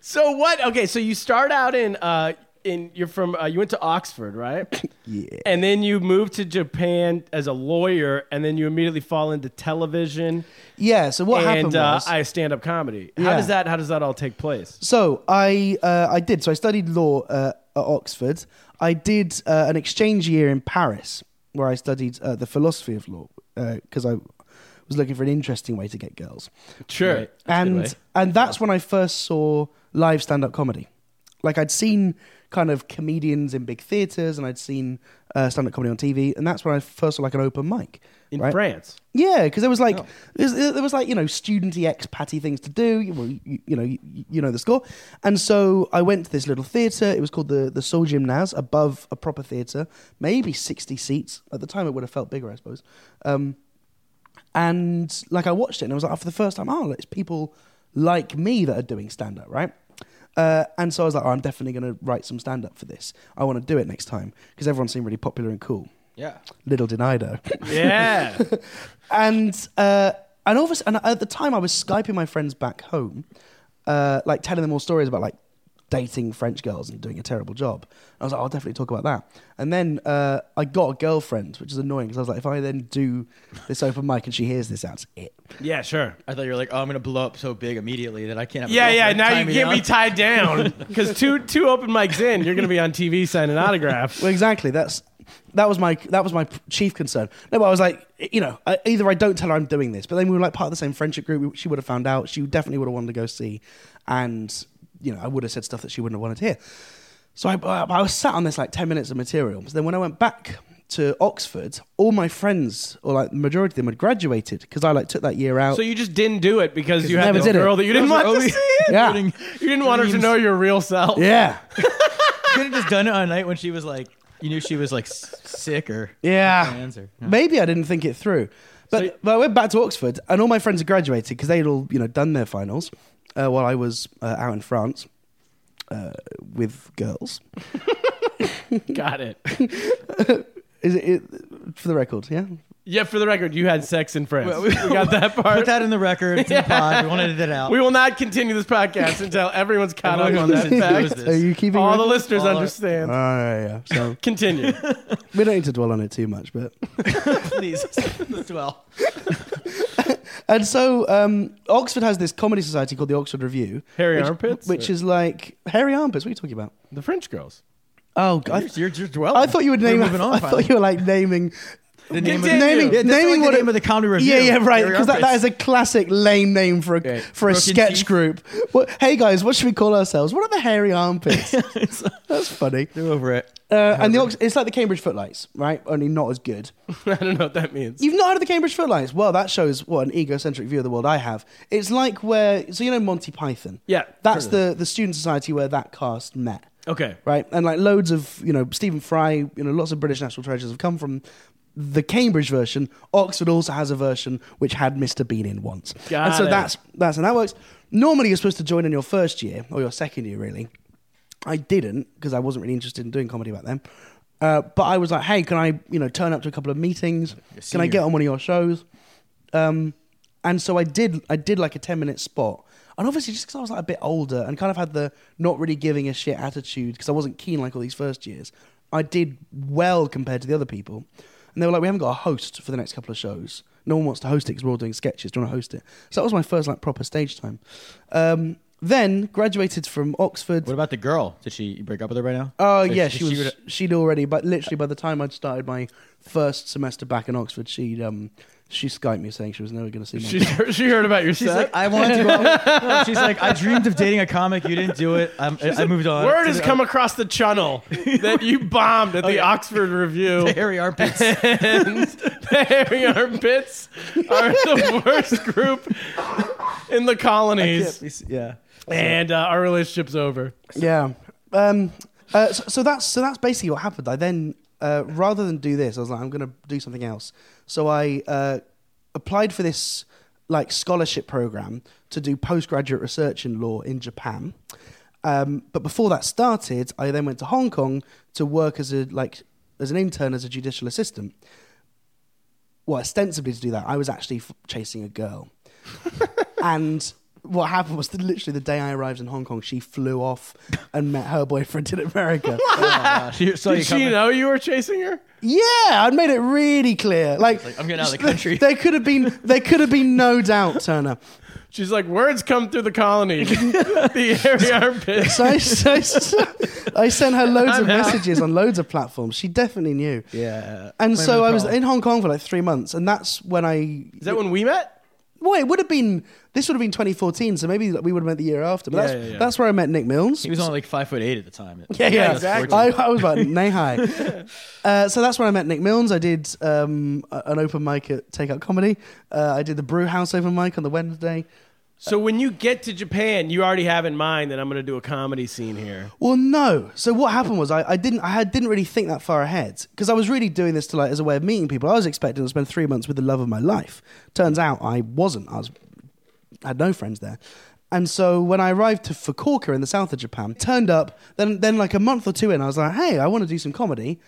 S2: So what? Okay, so you start out in uh in you're from uh, you went to Oxford, right?
S4: Yeah.
S2: And then you moved to Japan as a lawyer, and then you immediately fall into television
S4: yeah. So what happened
S2: and uh,
S4: was,
S2: I stand up comedy. How
S4: Yeah.
S2: does that? How does that all take place?
S4: so I uh, I did. So I studied law uh, at Oxford. I did uh, an exchange year in Paris where I studied uh, the philosophy of law because I was looking for an interesting way to get girls.
S2: Sure.
S4: and and that's when I first saw live stand up comedy. Like I'd seen kind of comedians in big theaters, and I'd seen uh, stand up comedy on TV, and that's when I first saw like an open mic
S2: In
S4: right?
S2: France.
S4: Yeah, because there was like there was- there was like you know studenty expatty things to do. You, well, you, you know you, you know the score, and so I went to this little theatre. It was called the the Soul Gymnase, above a proper theatre, maybe sixty seats at the time. It would have felt bigger, I suppose. Um, oh, and like I watched it, and I was like, for the first time, oh, it's people like me that are doing stand up, right? Uh, and so I was like, oh, I'm definitely going to write some stand up for this. I want to do it next time because everyone seemed really popular and cool.
S1: Yeah.
S4: Little did I know.
S2: Yeah.
S4: and uh, and all of a s- and at the time I was skyping my friends back home, uh, like telling them all stories about like dating French girls and doing a terrible job. I was like, I'll definitely talk about that. And then uh, I got a girlfriend, which is annoying because I was like, if I then do this open mic and she hears this, that's it.
S2: yeah, sure.
S1: I thought you were like, oh, I'm going to blow up so big immediately that I can't have a
S2: Yeah, yeah.
S1: girlfriend.
S2: Now
S1: Tie
S2: you
S1: me
S2: can't be
S1: down.
S2: tied down because two two open mics in, you're going to be on TV signing autographs.
S4: Well, exactly. That's that was my that was my chief concern. No, but I was like, you know, I, either I don't tell her I'm doing this, but then we were like part of the same friendship group. She would have found out. She definitely would have wanted to go see, and you know, I would have said stuff that she wouldn't have wanted to hear. So I, I I was sat on this like ten minutes of material. So then when I went back to Oxford, all my friends, or like the majority of them, had graduated because I like took that year out.
S2: So you just didn't do it because you
S4: you
S2: had
S4: never
S2: this
S4: did it.
S2: girl that you didn't
S1: Those are
S2: want to
S1: only-
S2: see it.
S4: Yeah.
S2: You didn't want her to know your real self.
S4: yeah,
S1: could have just done it on a night when she was like, you knew she was like s- sick or
S4: yeah.
S1: Answer.
S4: Maybe I didn't think it through. But, but I went back to Oxford, and all my friends had graduated because they'd all you know done their finals uh, while I was uh, out in France uh, with girls.
S2: Got it.
S4: Is it, it for the record? Yeah.
S2: Yeah, for the record, you had sex in France. we, got that part.
S1: Put that in the record. It's in the pod. We wanted it out.
S2: we will not continue this podcast until everyone's caught up on that
S1: Everyone knows
S2: fact.
S1: this.
S4: Are you keeping
S2: All the
S4: record?
S2: listeners
S1: All our-
S2: understand.
S4: Oh, yeah, yeah. So
S2: Continue.
S4: we don't need to dwell on it too much, but
S1: Please. Let's dwell.
S4: and so um, Oxford has this comedy society called the Oxford Review,
S2: Hairy
S4: which,
S2: armpits?
S4: which is like hairy armpits. What are you talking about?
S2: the French girls.
S4: Oh, God.
S1: You're, you're dwelling.
S4: I thought you would
S1: We're
S4: name.
S1: moving on.
S4: I thought you were like naming
S1: the
S2: name of-
S4: naming,
S1: yeah, that's
S4: naming
S1: like
S4: what
S1: the
S4: it-
S1: name of the comedy review.
S4: Yeah, yeah, right.
S1: Gary
S4: Because that, that
S1: Armpits.
S4: is a classic lame name for a
S1: Right.
S4: for a
S1: Broken
S4: sketch
S1: teeth.
S4: group. What, hey guys, what should we call ourselves? What are the hairy armpits? That's funny.
S1: Go over it.
S4: Uh, and the Ox- it's like the Cambridge Footlights, right? Only not as good.
S2: I don't know what that means.
S4: You've not heard of the Cambridge Footlights? Well, that shows what an egocentric view of the world I have. It's like where so you know Monty Python.
S2: Yeah,
S4: that's
S2: certainly.
S4: the the student society where that cast met.
S2: Okay.
S4: Right, and like loads of you know Stephen Fry, you know lots of British national treasures have come from the Cambridge version. Oxford also has a version which had Mr Bean in once,
S2: Got
S4: and so
S2: it.
S4: that's that's how that works. Normally, you're supposed to join in your first year or your second year, really. I didn't because I wasn't really interested in doing comedy back then. Uh, but I was like, hey, can I you know turn up to a couple of meetings? Can I
S1: senior.
S4: get on one of your shows? Um, and so I did. I did like a ten minute spot, and obviously just because I was like a bit older and kind of had the not really giving a shit attitude because I wasn't keen like all these first years. I did well compared to the other people, and they were like, "We haven't got a host for the next couple of shows. No one wants to host it because we're all doing sketches. Do you want to host it?" So that was my first like proper stage time. Um, then graduated from Oxford.
S1: What about the girl? Did she break up with her by now?
S4: Oh
S1: Or
S4: yeah,
S1: did
S4: she was.
S1: would-
S4: she'd already, but literally by the time I'd started my first semester back in Oxford, she'd um, she skyped me saying she was never going to see me.
S2: She, she heard about your
S1: She's
S2: set.
S1: like, I wanted to go. out. No, she's like, I dreamed of dating a comic. You didn't do it. I'm, I, I moved on.
S2: Word
S1: to
S2: has
S1: the-
S2: come across the channel that you bombed at the
S1: uh, Oh, yeah.
S2: Oxford Review.
S1: Hairy armpits.
S2: and the hairy armpits are the worst group in the colonies.
S1: yeah.
S2: And uh, our relationship's over.
S4: Yeah. Um, uh, so, so that's so that's basically what happened. I then, uh, rather than do this, I was like, I'm going to do something else. So I uh, applied for this like scholarship program to do postgraduate research in law in Japan. Um, but before that started, I then went to Hong Kong to work as a like as an intern as a judicial assistant. Well, ostensibly to do that, I was actually f- chasing a girl. And what happened was that literally the day I arrived in Hong Kong, she flew off and met her boyfriend in America.
S1: She saw you
S2: Did she
S1: coming.
S2: know you were chasing her?
S4: yeah, I made it really clear. Like,
S1: I'm getting out of the country.
S4: There could have been there could have been no doubt, Turner.
S2: She's like, words come through the colonies. the hairy armpits.
S4: So I, so I- so I sent her loads of
S2: I'm out.
S4: messages on loads of platforms. She definitely knew.
S1: Yeah.
S4: And
S1: Blame
S4: so
S1: the
S4: I was
S1: problem.
S4: in Hong Kong for like three months, and that's when I.
S2: Is that when we met?
S4: Well, it would have been this would have been 2014, so maybe we would have met the year after. But
S2: Yeah,
S4: that's,
S2: yeah, yeah.
S4: that's where I met Nick Mills.
S1: He was only like five foot eight at the time.
S4: Yeah, yeah,
S1: That's
S4: exactly. I,
S1: fortunate.
S4: I was about nay high. Uh, so that's when I met Nick Milnes. I did um, a- an open mic at Take Out Comedy. Uh, I did the Brew House open mic on the Wednesday.
S2: So when you get to Japan, you already have in mind that I'm going to do a comedy scene here.
S4: Well, no. So what happened was I, I didn't I had, didn't really think that far ahead because I was really doing this to like as a way of meeting people. I was expecting to spend three months with the love of my life. Turns out I wasn't. I was had no friends there. And so when I arrived to Fukuoka in the south of Japan, turned up, then then like a month or two in, I was like, hey, I want to do some comedy.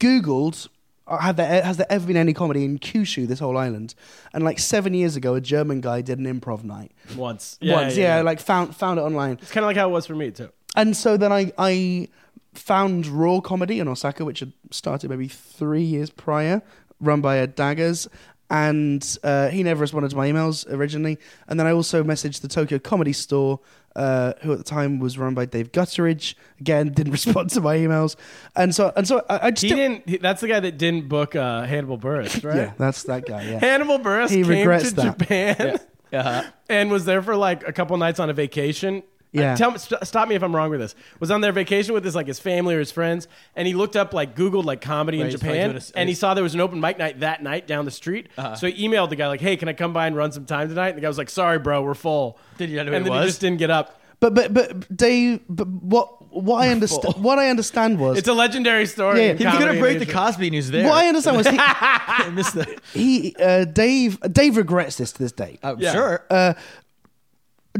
S4: Googled, uh, have there, has there ever been any comedy in Kyushu, this whole island? And like seven years ago, a German guy did an improv night.
S2: once.
S4: Once, yeah, like found found it online.
S2: it's kind of like how it was for me too.
S4: And so then I, I found Raw Comedy in Osaka, which had started maybe three years prior, run by Ed Daggers. And uh, he never responded to my emails originally. And then I also messaged the Tokyo Comedy Store, uh, who at the time was run by Dave Gutteridge. Again, didn't respond to my emails. And so, and so I, I just
S2: He didn't. He, that's the guy that didn't book uh, Hannibal Burris, right?
S4: Yeah, that's that guy. Yeah.
S2: Hannibal Burris
S4: He
S2: came
S4: regrets
S2: to
S4: that.
S2: Japan
S1: Uh-huh.
S2: and was there for like a couple nights on a vacation.
S4: Yeah.
S2: Uh, tell me, st- stop me if I'm wrong with this. Was on their vacation with his like his family or his friends, and he looked up like Googled like comedy in
S1: Right, he's Uh-huh. probably
S2: Japan,
S1: doing a s-
S2: and he saw there was an open mic night that night down the street. So he emailed the guy like, "Hey, can I come by and run some time tonight?" And the guy was like, "Sorry, bro, we're full."
S1: Did you not know who
S2: And
S1: he
S2: then he
S1: was?
S2: just didn't get up.
S4: But but but Dave, but what what I understand what I understand was
S2: It's a legendary story.
S4: Yeah, yeah.
S2: in
S4: He
S1: He was going
S2: comedy
S1: to
S2: in
S1: break the
S2: Asia.
S1: Cosby news there.
S4: what I understand was he,
S1: I missed that.
S4: he uh, Dave Dave regrets this to this day.
S1: Oh,
S2: Yeah.
S1: Sure.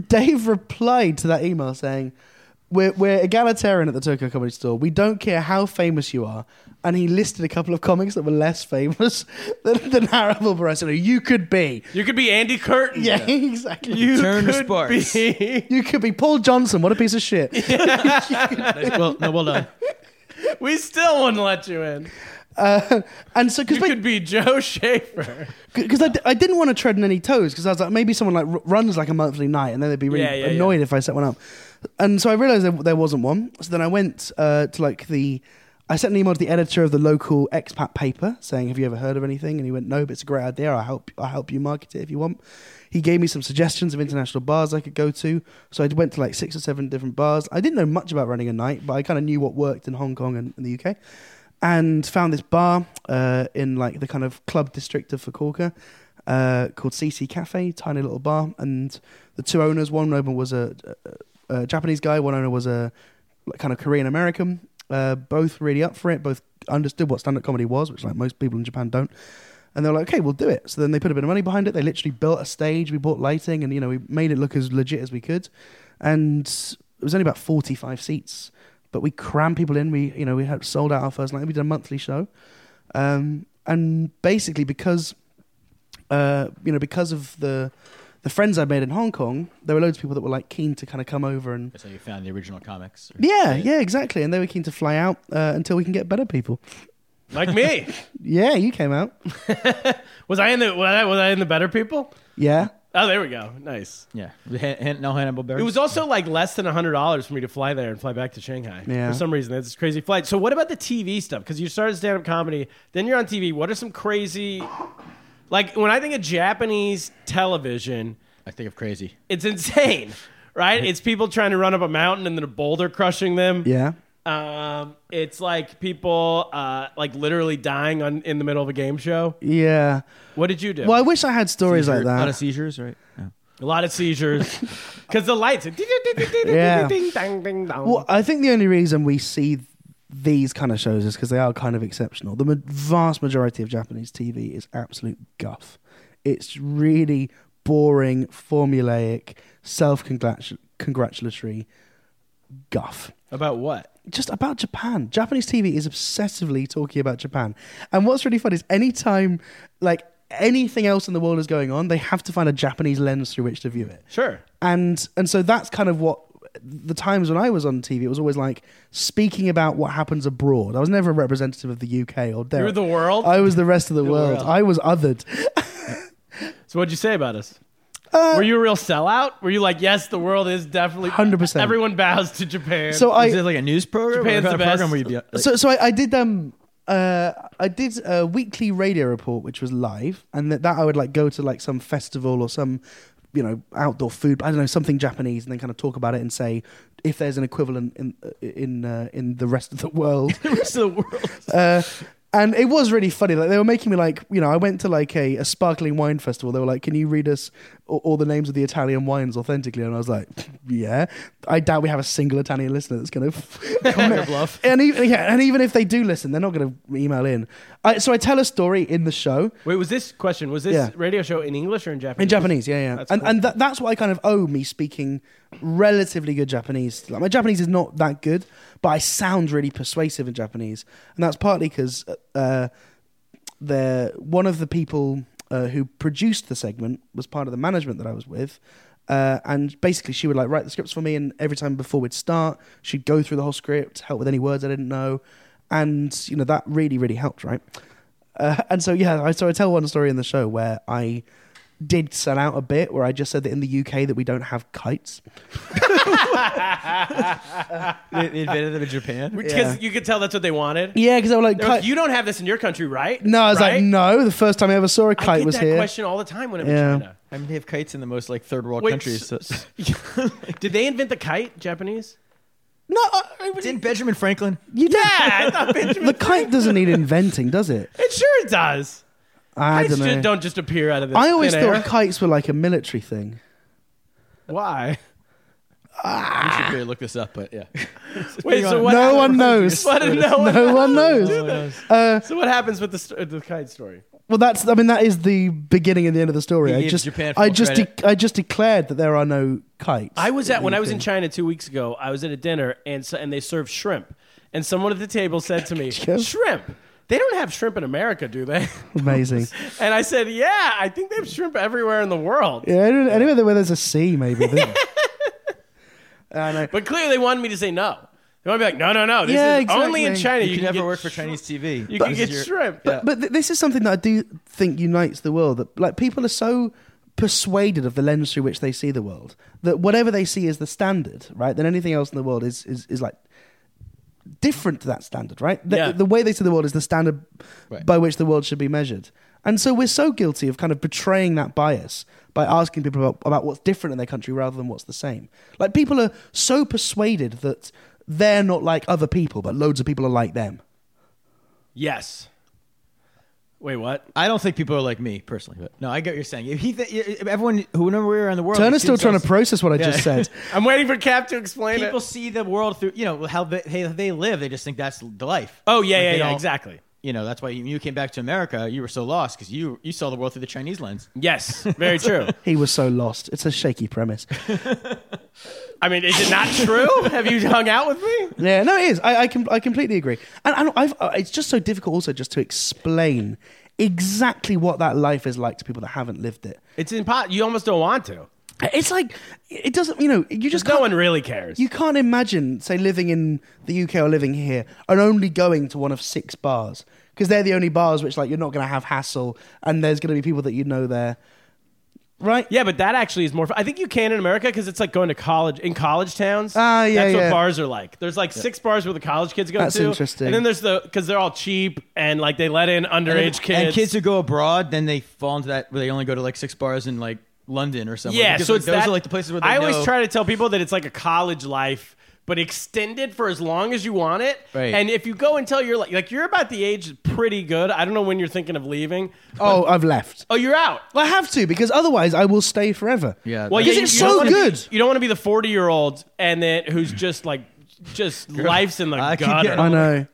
S4: Dave replied to that email saying, we're, we're egalitarian at the Tokyo Comedy Store. We don't care how famous you are. And he listed a couple of comics that were less famous than, than Hannibal Buress. You know, You could be.
S2: You could be Andy Curtin.
S4: Yeah, exactly.
S2: You
S1: Turn to
S2: could
S1: sports.
S2: be-
S4: You could be Paul Johnson. What a piece of shit.
S1: well, no, well done.
S2: we still wouldn't let you in.
S4: And so,
S2: You
S4: because
S2: could be Joe Schaefer.
S4: because I, d- I didn't want to tread on any toes because I was like maybe someone like r- runs like a monthly night and then they'd be really
S2: Yeah, yeah,
S4: annoyed
S2: yeah.
S4: if I set one up, and so I realized there, there wasn't one. So then I went uh, to like the I sent an email to the editor of the local expat paper saying have you ever heard of anything and he went no but it's a great idea I help I help you market it if you want. He gave me some suggestions of international bars I could go to, so I went to like six or seven different bars. I didn't know much about running a night, but I kind of knew what worked in Hong Kong and, and the UK and found this bar uh, in like the kind of club district of Fukuoka uh, called CC Cafe, tiny little bar. And the two owners, one owner was a, a, a Japanese guy, one owner was a like, kind of Korean American. Uh, both really up for it. Both understood what stand-up comedy was, which like most people in Japan don't. And they were like, okay, we'll do it. So then they put a bit of money behind it. They literally built a stage. We bought lighting, and you know, we made it look as legit as we could. And it was only about forty-five seats, but we crammed people in. We, you know, we had sold out our first night. We did a monthly show, um, and basically because, uh, you know, because of the the friends I made in Hong Kong, there were loads of people that were like keen to kind of come over and
S1: That's how you found the original comics.
S4: yeah, yeah, exactly. And they were keen to fly out uh, until we can get better people.
S2: Like me.
S4: Yeah, you came out.
S2: Was I in the was I, was I in the better people?
S4: Yeah.
S2: Oh, there we go. Nice.
S1: Yeah. Han- Han- no Hannibal Buress.
S2: It was also like less than hundred dollars for me to fly there and fly back to Shanghai.
S4: Yeah.
S2: For some reason, that's this crazy flight. So, what about the TV stuff? Because you started stand up comedy, then you're on TV. What are some crazy? Like when I think of Japanese television,
S1: I think of crazy.
S2: it's insane, right? It's people trying to run up a mountain and then a boulder crushing them.
S4: Yeah.
S2: Um, it's like people uh, like literally dying on in the middle of a game show.
S4: Yeah.
S2: What did you do?
S4: Well, I wish I had stories like
S1: A lot
S4: that.
S1: of seizures, right? Yeah.
S2: A lot of seizures because the lights.
S4: Yeah.
S2: Ding, ding, ding, dong.
S4: Well, I think the only reason we see these kind of shows is because they are kind of exceptional. The ma- vast majority of Japanese TV is absolute guff. It's really boring, formulaic, self-congratulatory guff.
S2: About what?
S4: just about Japan. Japanese TV is obsessively talking about Japan. And what's really fun is anytime like anything else in the world is going on, they have to find a Japanese lens through which to view it.
S2: Sure.
S4: And and so that's kind of what the times when I was on TV, it was always like speaking about what happens abroad. I was never a representative of the UK or Derek.
S2: were the world?
S4: I was the rest of the, world. I was othered.
S2: So what'd you say about us?
S4: Uh,
S2: Were you a real sellout? Were you like, yes, the world is definitely
S4: 100%.
S2: Everyone bows to Japan.
S4: So uh, I
S1: Is it like a news program?
S2: Japan's
S1: What kind
S2: the
S1: of
S2: best.
S1: program where you'd be, like,
S4: so so I, I did um uh I did a weekly radio report which was live and that, that I would like go to like some festival or some you know outdoor food I don't know something Japanese and then kind of talk about it and say if there's an equivalent in in uh, in the rest of the world
S2: rest of the world.
S4: uh, and it was really funny. Like they were making me like, you know, I went to like a, a sparkling wine festival. They were like, "Can you read us all, all the names of the Italian wines authentically, and I was like, yeah, I doubt we have a single Italian listener that's going to comment. bluff. And even yeah, and even if they do listen, they're not going to email in. I, so I tell a story in the show,
S2: Wait, was this question? Was this
S4: Yeah.
S2: radio show in English or in Japanese?
S4: in Japanese, yeah, yeah,
S2: That's
S4: and
S2: cool.
S4: and that, that's what I kind of owe me speaking relatively good Japanese. Like my Japanese is not that good, but I sound really persuasive in Japanese, and that's partly because uh, the one of the people uh, who produced the segment was part of the management that I was with. Uh, and basically, she would like write the scripts for me, and every time before we'd start, she'd go through the whole script, help with any words I didn't know, and you know that really, really helped, right? Uh, and so yeah, I, so I tell one story in the show where I did sell out a bit, where I just said that in the UK that we don't have kites.
S1: They, they invented them in Japan.
S2: Because
S4: Yeah.
S2: you could tell that's what they wanted.
S4: Yeah, because they were like,
S2: They're like,
S4: "Kite-
S2: you don't have this in your country, right?
S4: no, I was
S2: Right?
S4: like, no. The first time I ever saw a
S2: I
S4: kite
S2: get
S4: was
S2: that
S4: here.
S2: question all the time when I'm
S4: Yeah.
S2: in China.
S1: I mean, they have kites in the most like third world
S2: Wait,
S1: countries.
S2: so-
S1: so-
S2: Did they invent the kite, Japanese?
S4: No, I, I-
S1: Didn't Benjamin Franklin?
S4: you did.
S2: I thought
S4: the kite doesn't need inventing, does it?
S2: It sure does.
S4: I
S2: Kites
S4: don't know.
S2: ju- don't just appear out of the
S4: I always
S2: thin
S4: thought
S2: air.
S4: kites were like a military thing.
S2: Why?
S1: You should really look this up, but yeah.
S2: Wait, so
S1: on.
S2: what
S4: no
S2: hap-
S4: one knows.
S2: What, no one
S4: No one knows. Uh,
S2: So what happens with the, st- the kite story?
S4: Well, that's. I mean, that is the beginning and the end of the story.
S1: He
S4: I
S1: gives
S4: just,
S1: Japan full
S4: I just,
S1: credit.
S4: de- I just declared that there are no kites.
S2: I was at when I was in
S4: Okay.
S2: China two weeks ago. I was at a dinner and so, and they served shrimp, and someone at the table said to me,
S4: Yes.
S2: "Shrimp? They don't have shrimp in America, do they?"
S4: Amazing.
S2: And I said, "Yeah, I think they have shrimp everywhere in the world."
S4: yeah, I don't- anywhere where there's a sea, maybe. then. I know.
S2: But clearly, they wanted me to say no. They want to be like, "No, no, no. This
S4: Yeah,
S2: is only in
S4: exactly.
S2: China.
S1: You, can, never
S2: get
S1: work for
S2: shrimp.
S1: Chinese TV.
S2: You
S1: This
S2: can
S1: is
S2: get
S1: your-
S2: shrimp."
S1: Yeah.
S4: But th- this is something that I do think unites the world. That like people are so persuaded of the lens through which they see the world that whatever they see is the standard, right? Then anything else in the world is is, is like different to that standard, right? The,
S2: Yeah.
S4: the way they see the world is the standard
S1: Right.
S4: by which the world should be measured. And so we're so guilty of kind of betraying that bias by asking people about, about what's different in their country rather than what's the same. Like people are so persuaded that they're not like other people, but loads of people are like them.
S2: Yes. Wait, what?
S1: I don't think people are like me personally, but no, I get what you're saying. If he, th- if everyone, whoever we are in the world,
S4: Turner's still
S1: sees
S4: trying
S1: us-
S4: to process what I
S1: Yeah.
S4: just said.
S2: I'm waiting for Cap to explain
S1: People
S2: it.
S1: see the world through, you know, how they, how they live. They just think that's the life.
S2: Oh yeah,
S1: Like,
S2: yeah,
S1: they
S2: yeah,
S1: don't-
S2: exactly.
S1: You know, that's why you, you came back to America. You were so lost because you you saw the world through the Chinese lens.
S2: Yes, very true.
S4: He was so lost. It's a shaky premise.
S2: I mean, is it not true? Have you hung out with me?
S4: yeah, no, it is. I, I, com- I completely agree. And, and I've, uh, it's just so difficult also just to explain exactly what that life is like to people that haven't lived it.
S2: It's impossible. You almost don't want to.
S4: It's like, it doesn't, you know, you just
S2: No
S4: can't-
S2: one really cares.
S4: You can't imagine, say, living in the UK or living here and only going to one of six bars because they're the only bars which, like, you're not going to have hassle and there's going to be people that you know there. Right?
S2: yeah, but that actually is more. Fun. I think you can in America because it's like going to college in college towns.
S4: Ah, yeah,
S2: That's
S4: yeah.
S2: what bars are like. There's like six bars where the college kids go
S4: That's
S2: to.
S4: interesting.
S2: And then there's the because they're all cheap and like they let in underage kids.
S1: And kids who go abroad, then they fall into that where they only go to like six bars in like London or something.
S2: yeah,
S1: because
S2: so
S1: like,
S2: it's
S1: those
S2: that-
S1: are like the places where they
S2: I always
S1: know-
S2: try to tell people that it's like a college life. But extended for as long as you want it,
S1: Right.
S2: and if you go until you're like, like you're about the age pretty good. I don't know when you're thinking of leaving.
S4: Oh, I've left.
S2: Oh, you're out.
S4: I have to because otherwise I will stay forever.
S1: Yeah.
S2: Well,
S4: Because
S2: yeah, you-
S4: it's
S2: you
S4: so
S2: don't wanna be-
S4: good.
S2: you don't want to be the forty-year-old and then who's just like, just life's in the
S1: I keep
S2: gutter.
S1: getting-
S4: I know.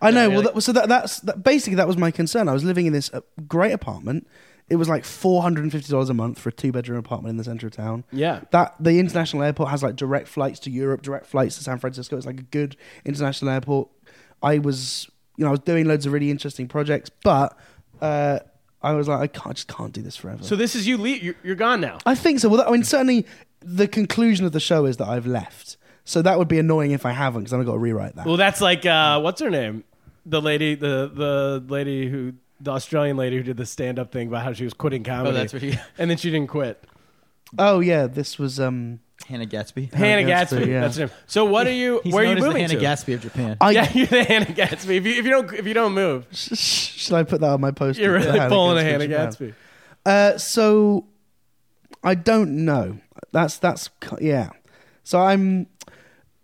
S4: I know. Well,
S1: like-
S4: that, so that, that's that, basically that was my concern. I was living in this uh, great apartment. It was like four hundred and fifty dollars a month for a two-bedroom apartment in the center of town.
S2: Yeah.
S4: that the international airport has like direct flights to Europe, direct flights to San Francisco. It's like a good international airport. I was, you know, I was doing loads of really interesting projects, but uh, I was like, I can't, I just can't do this forever.
S2: So this is you. Le- you're, you're gone now.
S4: I think so. Well, that, I mean, certainly the conclusion of the show is that I've left. So that would be annoying if I haven't, because then I've got to rewrite that.
S2: Well, that's like uh, what's her name? The lady, the the lady who the Australian lady who did the stand-up thing about how she was quitting comedy.
S1: Oh, that's what he-
S2: And then she didn't quit.
S4: oh yeah, this was um.
S1: Hannah Gatsby.
S2: Hannah
S4: Gatsby,
S2: Gatsby.
S4: yeah.
S2: That's her name. So what are you?
S1: He's
S2: where are
S1: known
S2: you
S1: as the
S2: moving
S1: Hannah
S2: to?
S1: Gatsby of Japan.
S4: I,
S2: yeah, you're the Hannah Gatsby. If you, if you don't if you don't move,
S4: Sh- sh- Should I put that on my post?
S2: you're really pulling a Hannah Gatsby.
S4: Uh, so I don't know. That's that's cu- yeah. So I'm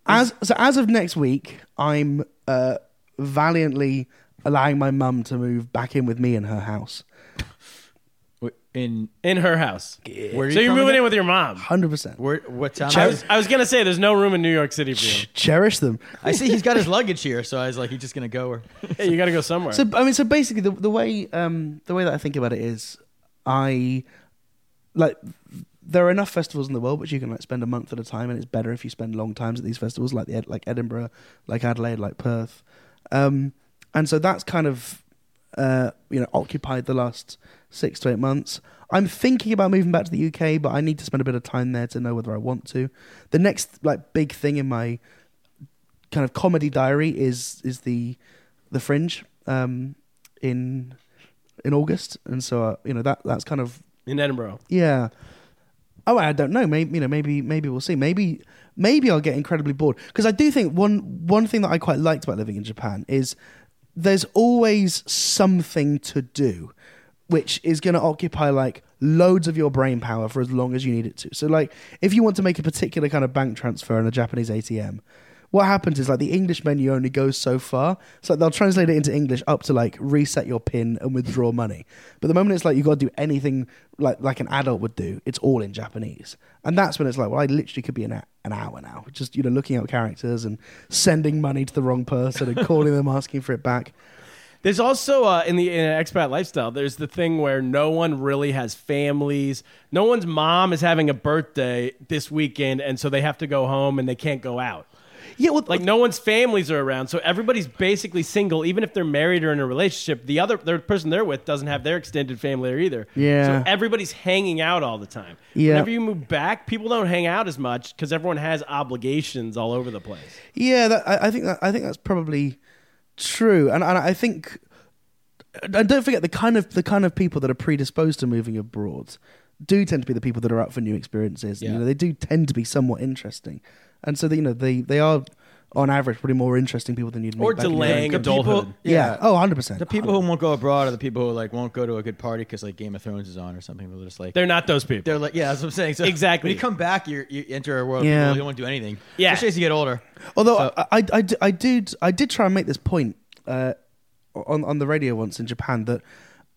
S4: as so as of next week, I'm uh, valiantly allowing my mum to move back in with me in her house.
S1: Wait, in
S2: in her house.
S1: where are
S2: So you're
S1: from
S2: moving
S1: again?
S2: in with your mom.
S4: Hundred percent.
S1: Where, what town?
S2: I was, I was gonna say there's no room in New York City for you.
S4: Cherish them.
S1: I see he's got his luggage here, so I was like, he's just gonna go. Or
S2: Hey, you gotta go somewhere.
S4: So I mean, so basically, the, the way um, the way that I think about it is, I like there are enough festivals in the world which you can like spend a month at a time, and it's better if you spend long times at these festivals, like the Ed- like Edinburgh, like Adelaide, like Perth, um, and so that's kind of uh, you know occupied the last six to eight months. I'm thinking about moving back to the UK, but I need to spend a bit of time there to know whether I want to. The next like big thing in my kind of comedy diary is is the the Fringe um, in in August, and so uh, you know that that's kind of
S2: in Edinburgh.
S4: yeah. Oh, I don't know. Maybe you know. Maybe maybe we'll see. Maybe maybe I'll get incredibly bored because I do think one one thing that I quite liked about living in Japan is there's always something to do, which is going to occupy like loads of your brain power for as long as you need it to. So like if you want to make a particular kind of bank transfer in a Japanese ATM, what happens is like the English menu only goes so far. So like, they'll translate it into English up to like reset your pin and withdraw money. But the moment it's like you got to do anything like like an adult would do, it's all in Japanese. And that's when it's like, well, I literally could be in a, an hour now, just you know, looking out characters and sending money to the wrong person and calling them asking for it back.
S2: There's also uh, in the in an expat lifestyle. There's the thing where no one really has families. No one's mom is having a birthday this weekend, and so they have to go home and they can't go out.
S4: Yeah, well,
S2: Like
S4: like
S2: no one's families are around, so everybody's basically single. Even if they're married or in a relationship, the other the person they're with doesn't have their extended family there either. So
S4: Yeah.
S2: everybody's hanging out all the time.
S4: Yeah.
S2: Whenever you move back, people don't hang out as much because everyone has obligations all over the place.
S4: yeah, that, I, I think that, I think that's probably true, and and I think and don't forget the kind of the kind of people that are predisposed to moving abroad do tend to be the people that are up for new experiences. You know, they do tend to be somewhat interesting, and so you know they they are on average probably more interesting people than you'd meet
S2: Or
S4: back in
S2: delaying
S4: America.
S2: adulthood.
S4: Yeah. Oh, 100 percent.
S1: The people who won't go abroad are the people who like won't go to a good party because like Game of Thrones is on or something. They're just like
S2: They're not those people.
S1: They're like, yeah, that's what I'm saying. So
S2: Exactly.
S1: When you come back, you you enter a world.
S4: Yeah.
S1: Yeah. You don't want to do anything.
S2: Yeah.
S1: Especially as you get older.
S4: Although I, I, I, d- I did I did try and make this point uh, on on the radio once in Japan that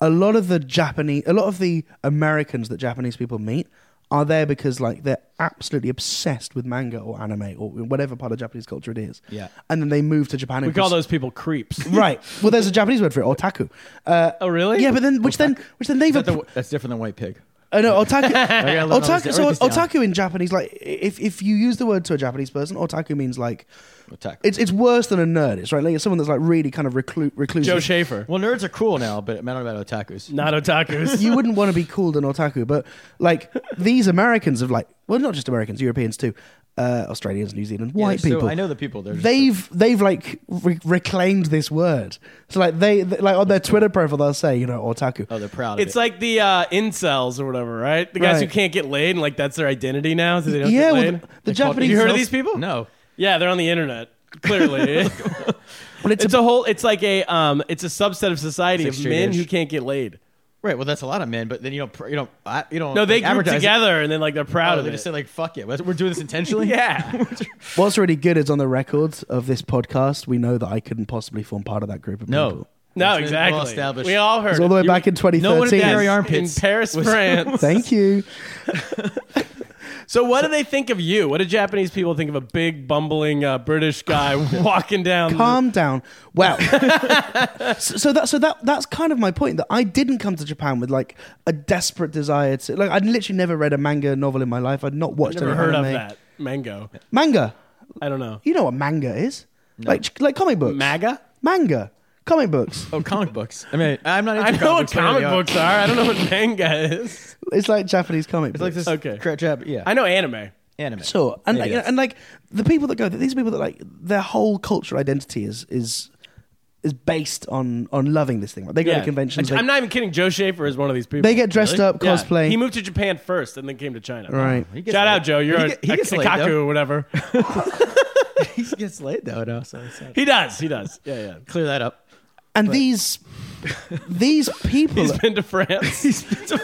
S4: a lot of the Japanese a lot of the Americans that Japanese people meet are there because like they're absolutely obsessed with manga or anime or whatever part of Japanese culture it is.
S1: Yeah.
S4: And then they move to Japan.
S2: we call those people creeps.
S4: right. Well, there's a Japanese word for it, otaku. Uh,
S2: Oh, really?
S4: Yeah, but then which then which then they've
S1: Is that
S4: appro-
S1: the, that's different than white pig.
S4: I know Oh, otaku.
S1: learn all
S4: otaku.
S1: this-
S4: So
S1: write this down.
S4: otaku in Japanese, like if if you use the word to a Japanese person, otaku means like
S1: Otaku.
S4: It's it's worse than a nerd. It's right. Like it's someone that's like really kind of reclu- reclusive.
S2: Joe Schaefer.
S1: Well, nerds are cool now, but I don't know about otakus.
S2: Not otakus.
S4: you wouldn't want to be called an otaku, but like these Americans have like well, not just Americans, Europeans too, uh, Australians, New Zealand, white
S1: so
S4: people.
S1: I know the people, they're just-
S4: They've they've like re- reclaimed this word. So like they, they- like on their Twitter profile they'll say you know otaku.
S1: Oh, they're proud. Of
S2: It's
S1: it.
S2: like the uh, incels or whatever, right? The guys who
S4: Right.
S2: can't get laid and like that's their identity now, so they don't
S4: yeah,
S2: get
S4: well,
S2: laid.
S4: the, the
S1: They call
S4: Japanese.
S2: You heard of
S1: themselves-
S2: these people?
S1: No.
S2: Yeah, they're on the internet. Clearly,
S4: Well, it's,
S2: it's
S4: a,
S2: a whole. It's like a um. It's a subset of society
S1: It's
S2: of
S1: like
S2: men
S1: straight-ish.
S2: who can't get laid.
S1: Right. Well, that's a lot of men, but then you don't. pr- You don't. I- You don't.
S2: No, they
S1: like,
S2: group
S1: advertise it.
S2: together and then like they're proud
S1: Oh,
S2: of
S1: they
S2: it.
S1: just say like, "Fuck it, we're doing this intentionally."
S2: yeah,
S4: what's really good is on the records of this podcast. We know that I couldn't possibly form part of that group of
S1: No.
S2: no,
S4: people.
S1: It's been well
S2: exactly.
S1: established.
S2: We all heard
S4: It's all the way
S2: it.
S4: back in
S1: no one
S4: 2013.
S1: in Barry Arm-
S2: in
S1: armpits.
S2: Paris, France.
S4: Thank you.
S2: So, what do they think of you? What do Japanese people think of a big bumbling uh, British guy walking down?
S4: calm down. Well, so, so that so that that's kind of my point that I didn't come to Japan with like a desperate desire to like I'd literally never read a manga novel in my life. I'd not watched.
S2: Never
S4: any
S2: heard of
S4: anime.
S2: that mango?
S4: manga.
S2: I don't know.
S4: You know what manga is? Like like comic books.
S2: Maga.
S4: manga, comic books.
S1: Oh, comic books. I mean, I'm not. Into
S2: I know what
S1: but
S2: comic
S1: they are.
S2: books are. I don't know what manga is.
S4: It's like Japanese comic. It's books.
S1: Like this.
S2: Okay.
S1: Okay. Jap- yeah.
S2: I know anime.
S1: Anime.
S4: Sure, and
S1: Yeah,
S4: like,
S1: yeah.
S4: you know, and like the people that go, these are people that like their whole cultural identity is is is based on on loving this thing. Like, They go to conventions.
S2: I'm
S4: they,
S2: not even kidding. Joe Schaefer is one of these people.
S4: they get dressed
S1: Really?
S4: up,
S2: Yeah.
S4: cosplay.
S2: He moved to Japan first and then came to China.
S4: right.
S1: He gets
S2: Shout
S1: laid.
S2: out, Joe. You're
S1: He
S2: a,
S1: get- he
S2: a,
S1: gets
S2: a
S1: laid,
S2: kaku
S1: though.
S2: or whatever.
S1: he gets laid though. No, so it's not-
S2: he does. He does. Yeah, yeah.
S1: clear that up.
S4: and these these people
S2: He's been to France. He's been to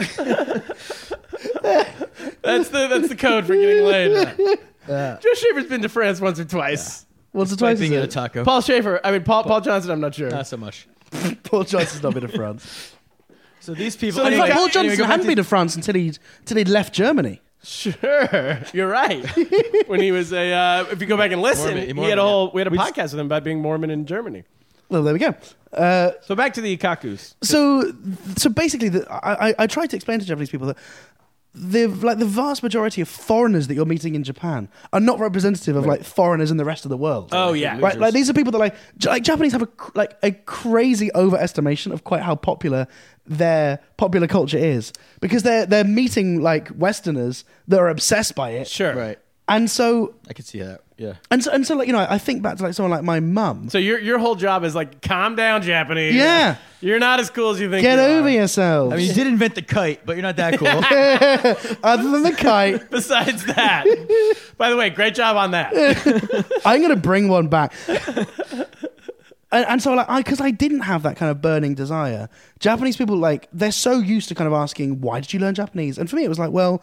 S2: France. that's the that's the code for getting laid. Joe Schaefer's been to France once or twice.
S4: once or
S1: Like
S4: twice.
S1: being
S4: is
S1: in a
S4: it?
S1: taco. Uh,
S2: Paul Schaefer. I mean Paul Paul Johnson. I'm not sure.
S1: Not so much.
S4: Paul Johnson's not been to France.
S1: So these people.
S2: So
S4: In
S1: anyway,
S4: fact, Paul
S1: anyway,
S4: Johnson
S1: go back
S4: hadn't
S1: to-
S4: been to France until he'd, until he'd left Germany.
S2: Sure, you're right. when he was a, uh, if you go back and listen,
S1: Mormon-
S2: he had
S1: Mormon,
S2: a whole,
S1: yeah.
S2: we had a
S1: We just-
S2: podcast with him about being Mormon in Germany.
S4: Well, there we go. Uh,
S2: So back to the Ikakus.
S4: so so basically the, I, I- I try to explain to japanese people that the like the vast majority of foreigners that you're meeting in japan are not representative of like foreigners in the rest of the world
S2: Oh, yeah.
S4: right like these are people that like J- like japanese have a cr- like a crazy overestimation of quite how popular their popular culture is because they're they're meeting like westerners that are obsessed by it
S2: Sure.
S1: Right.
S4: and so
S1: I could see that. Yeah.
S4: and so, and so like you know i think back to like someone like my mum
S2: So your your whole job is like, calm down, Japanese.
S4: Yeah.
S2: You're not as cool as you think.
S4: get
S2: you
S4: over
S2: are.
S4: yourself
S1: I mean, you did invent the kite, but you're not that cool.
S4: other than the kite
S2: Besides that, by the way, great job on that.
S4: I'm gonna bring one back. and, and so like I because I didn't have that kind of burning desire. Japanese people like they're so used to kind of asking, why did you learn Japanese? And for me it was like, well,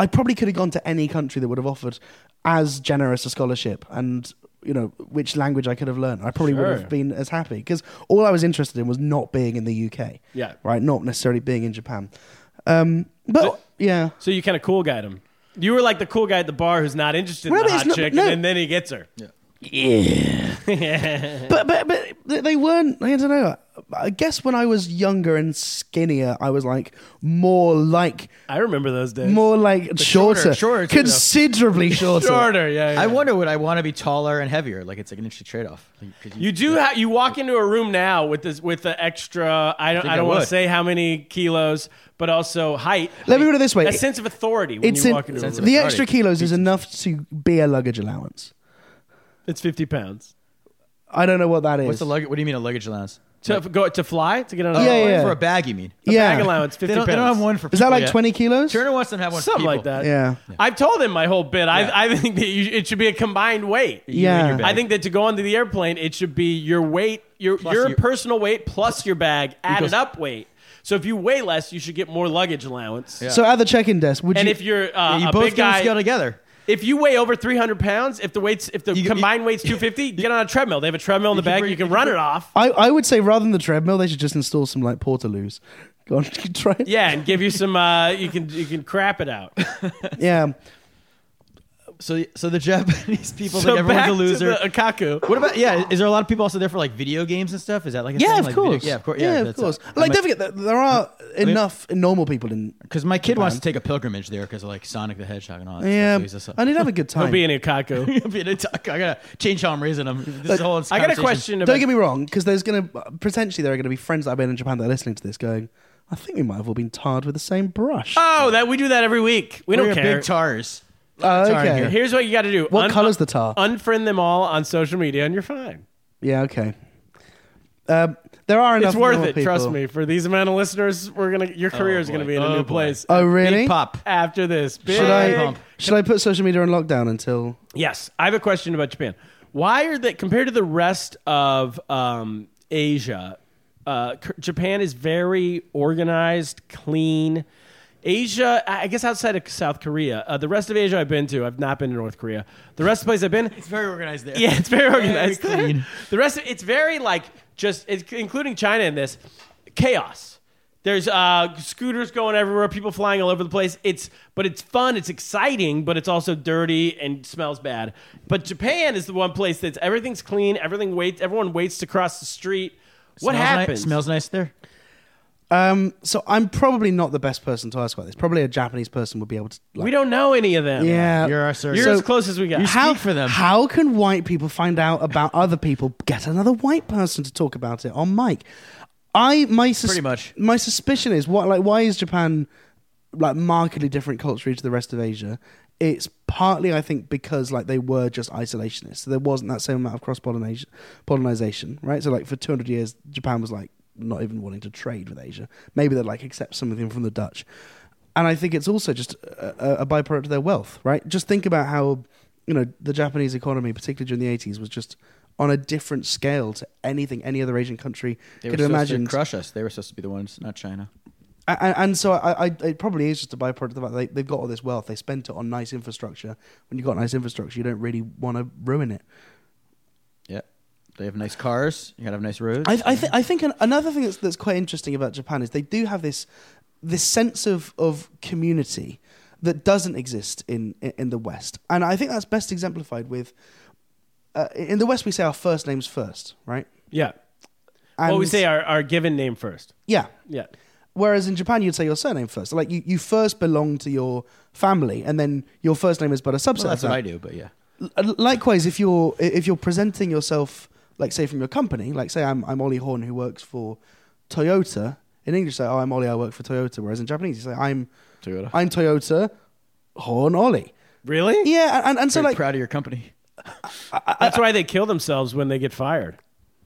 S4: I probably could have gone to any country that would have offered as generous a scholarship and you know which language I could have learned. I probably would
S2: Sure.
S4: have been as happy because all I was interested in was not being in the UK.
S2: Yeah.
S4: Right, not necessarily being in Japan. Um, but yeah.
S2: so you kind of cool guyed him. You were like the cool guy at the bar who's not interested
S4: Well,
S2: in the
S4: but it's
S2: hot
S4: not-
S2: chick,
S4: no.
S2: and then, then he gets her.
S4: but but but they- they weren't. I don't know. I guess when I was younger and skinnier, I was like more like
S2: I remember those days.
S4: more like
S1: shorter-
S4: shorter,
S1: shorter too, though.
S4: considerably shorter.
S2: shorter. Yeah, yeah.
S1: I wonder would I want to be taller and heavier? Like it's like an interesting trade-off. Like, could
S2: You do. Ha- you walk into a room now with this with the extra. I don't.
S1: think
S2: I, don't
S1: I
S2: want to
S1: would.
S2: say how many kilos, but also height.
S4: Let me put it this way.
S2: A sense of authority when
S4: It's
S2: you
S4: in,
S2: walk into a
S1: Sense
S2: room.
S1: of-
S4: the extra kilos is enough to be a luggage allowance.
S2: It's fifty pounds.
S4: I don't know what that is.
S1: What's the luggage? What do you mean a luggage allowance? Oh,
S2: To go to fly to get on. a
S4: Yeah,
S2: plane?
S4: yeah.
S1: For a bag, you mean? Oh,
S4: yeah.
S2: Bag allowance
S1: They
S2: fifty
S1: don't,
S2: pounds.
S1: they don't have one for.
S4: Is that
S1: people
S4: like
S1: yet.
S4: twenty kilos?
S1: Turner wants them to have one. for
S2: Something like
S1: people.
S2: that.
S4: Yeah.
S2: I've told him my whole bit.
S1: Yeah.
S2: I, I think that you, it should be a combined weight.
S4: Yeah. your bag.
S2: I think that to go onto the airplane, it should be your weight, your your
S1: your-
S2: personal weight plus your bag added up weight. So if you weigh less, you should get more luggage allowance.
S4: So at the check-in desk, would
S2: And
S4: you?
S2: if you're uh,
S1: You
S2: a
S1: both
S2: big
S1: got to
S2: guy,
S1: scale together.
S2: If you weigh over 300 pounds, if the weights, if the
S1: You- you-
S2: combined weight's 250, get on a treadmill. They have a treadmill in the
S1: can
S2: bag.
S1: bring-
S2: you can
S1: you can
S2: run
S1: bring-
S2: it off.
S4: I, I would say rather than the treadmill, they should just install some like portaloos. Go on, try. it.
S2: Yeah, and give you some. Uh, you can you can crap it out.
S4: yeah.
S1: So, so the Japanese people
S2: So
S1: think
S2: back
S1: everyone's a
S2: to
S1: loser.
S2: the Akaku.
S1: what about yeah? Is there a lot of people also there for like video games and stuff? Is that like a
S4: Yeah,
S1: thing?
S4: of
S1: like
S4: course.
S1: Video, yeah, of course. Yeah,
S4: of course. like, don't forget that there are enough normal people in.
S1: because my kid wants to take a pilgrimage there because like Sonic the Hedgehog and all that.
S4: Yeah,
S1: stuff. so he's just,
S4: and he'd have a good time.
S2: Don't be an Akaku.
S1: I'm being attacked. I gotta change how I'm raising them. This whole
S2: I got a
S1: conversation.
S2: question. About,
S4: Don't get me wrong, because there's going to potentially there are going to be friends that I've been in Japan that are listening to this going, I think we might have all been tarred with the same brush.
S2: Oh, that we do that every week. We
S1: We're
S2: don't care.
S1: big tars.
S4: Oh,
S1: tar in
S4: okay.
S1: here.
S2: Here's what you got to do.
S4: What colour's the tar?
S2: Unfriend them all on social media, and you're fine.
S4: Yeah, okay. Um, there are enough.
S2: It's worth
S4: normal
S2: it. Trust
S4: people.
S2: me. For these amount of listeners, we're gonna your career is gonna
S1: boy.
S2: be in a
S1: Oh,
S2: new
S1: boy.
S2: place.
S4: Oh, really?
S1: Big pop.
S2: After this, big
S4: Should I
S1: Pump.
S4: should I put social media on lockdown until?
S2: Yes, I have a question about Japan. Why are they compared to the rest of um, Asia? Uh, c- Japan is very organized, clean. Asia, I I guess outside of South Korea, uh, the rest of Asia I've been to, I've not been to North Korea. The rest of the places I've been,
S1: It's very organized there.
S2: yeah, it's very organized.
S1: clean.
S2: the rest of it's very like just it's, including China in this chaos. There's uh, scooters going everywhere, people flying all over the place. It's but it's fun, it's exciting, but it's also dirty and smells bad. But Japan is the one place that's everything's clean, everything waits, everyone waits to cross the street. What
S1: Smells ni-
S2: happens?
S1: smells nice there.
S4: Um, so I'm probably not the best person to ask about this. Probably a Japanese person would be able to. Like,
S2: we don't know any of them.
S4: Yeah,
S1: You're our sir.
S2: you're
S1: So-
S2: as close as we got.
S1: you
S2: How-
S1: speak for them.
S4: How can white people find out about other people? Get another white person to talk about it on mic. I my sus-
S1: Pretty much.
S4: my suspicion is what like why is Japan like markedly different culturally to the rest of Asia? It's partly I think because like they were just isolationists, so there wasn't that same amount of cross pollination, pollinization, right? So like for two hundred years, Japan was like not even wanting to trade with Asia. Maybe they'd like accept something from the Dutch, and I think it's also just a, a- a byproduct of their wealth, right? Just think about how you know the Japanese economy, particularly during the eighties, was just on a different scale to anything any other Asian country
S1: They were
S4: could
S1: supposed
S4: imagine.
S1: to crush us. They were supposed to be the ones, not China.
S4: And, and so I, I, it probably is just a byproduct of the fact that they, they've got all this wealth. They spent it on nice infrastructure. When you've got nice infrastructure, you don't really want to ruin it.
S1: Yeah. They have nice cars. You gotta have nice roads.
S4: I, I, th- I think an, another thing that's, that's quite interesting about Japan is they do have this this sense of, of community that doesn't exist in, in in the West, and I think that's best exemplified with uh, in the West we say our first names first, right?
S2: Yeah.
S4: And
S2: well, we say our, our given name first.
S4: yeah.
S2: Yeah.
S4: Whereas in Japan you'd say your surname first, like you, you first belong to your family, and then your first name is but a subset.
S1: well, that's
S4: of
S1: what
S4: that.
S1: I do, but yeah.
S4: L- Uh, likewise if you're if you're presenting yourself like say from your company like say i'm i'm ollie horn who works for toyota in english say oh i'm ollie i work for toyota whereas in japanese you say i'm
S1: Toyota.
S4: i'm toyota horn ollie
S2: Really?
S4: yeah and, and so
S1: Very
S4: like
S1: proud of your company.
S2: That's why they kill themselves when they get fired.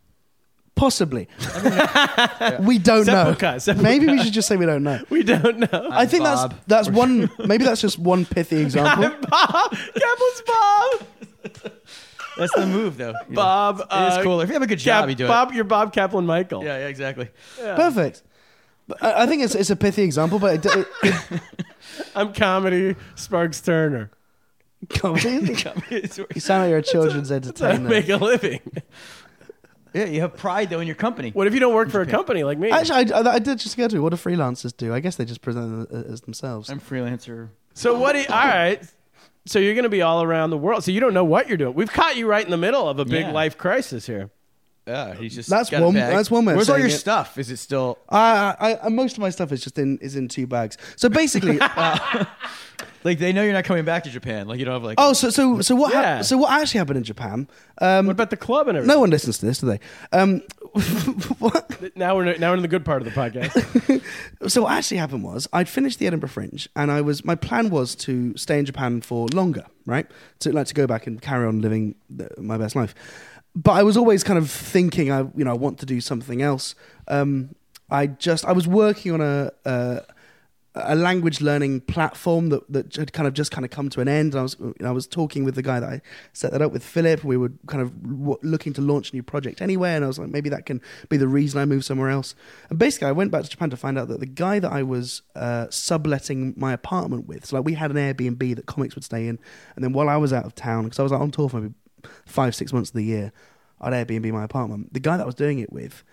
S4: possibly we don't know
S2: Seppuku, seppuku.
S4: maybe we should just say we don't know
S2: We don't know.
S4: i think
S1: Bob.
S4: that's that's one maybe that's just one pithy example
S2: Bob, Gabbles Bob,
S1: That's the move, though. you know.
S2: Bob.
S1: it
S2: uh,
S1: is cooler. If you have a good job,
S2: Cap-
S1: you do
S2: Bob, you're Bob Kaplan Michael.
S1: it. Yeah, yeah, exactly.
S4: perfect But I I think it's it's a pithy example, but it, d- it,
S2: I'm comedy Sparks Turner.
S4: it,
S1: It's-
S4: you sound like you're a children's
S2: I
S4: entertainer.
S2: make a living.
S1: yeah, you have pride though in your company.
S2: What if you don't work for a company like me?
S4: Actually, I, I, I did just go to what do freelancers do? I guess they just present them uh, as themselves.
S1: I'm a freelancer.
S2: so what? do you- all right. So you're going to be all around the world. So you don't know what you're doing. We've caught you right in the middle of a big
S1: Yeah.
S2: life crisis here.
S1: Yeah, he's just
S4: That's
S1: got a
S4: one-
S1: bag.
S4: that's one way of
S1: Where's all
S4: saying
S1: your
S4: it.
S1: stuff? Is it still?
S4: I, I, I, most of my stuff is just in is in two bags. So basically,
S1: Like they know you're not coming back to Japan. Like you don't have like.
S4: oh, so so so what? hap-
S2: Yeah.
S4: so what actually happened in Japan?
S2: What
S4: Um,
S2: about the club and everything?
S4: no one listens to this, do they? Um, what?
S2: Now we're now we're in the good part of the podcast.
S4: So what actually happened was I'd finished the Edinburgh Fringe, and I was my plan was to stay in Japan for longer, right? To like to go back and carry on living the, my best life. But I was always kind of thinking I you know I want to do something else. Um, I just I was working on a. Uh, a language learning platform that, that had kind of just kind of come to an end. And I was you know, I was talking with the guy that I set that up with, Philip. We were kind of w- looking to launch a new project anyway, and I was like, maybe that can be the reason I moved somewhere else. And basically, I went back to Japan to find out that the guy that I was uh, subletting my apartment with, so like we had an Airbnb that comics would stay in, and then while I was out of town, because I was like on tour for maybe five six months of the year, I'd Airbnb my apartment. The guy that I was doing it with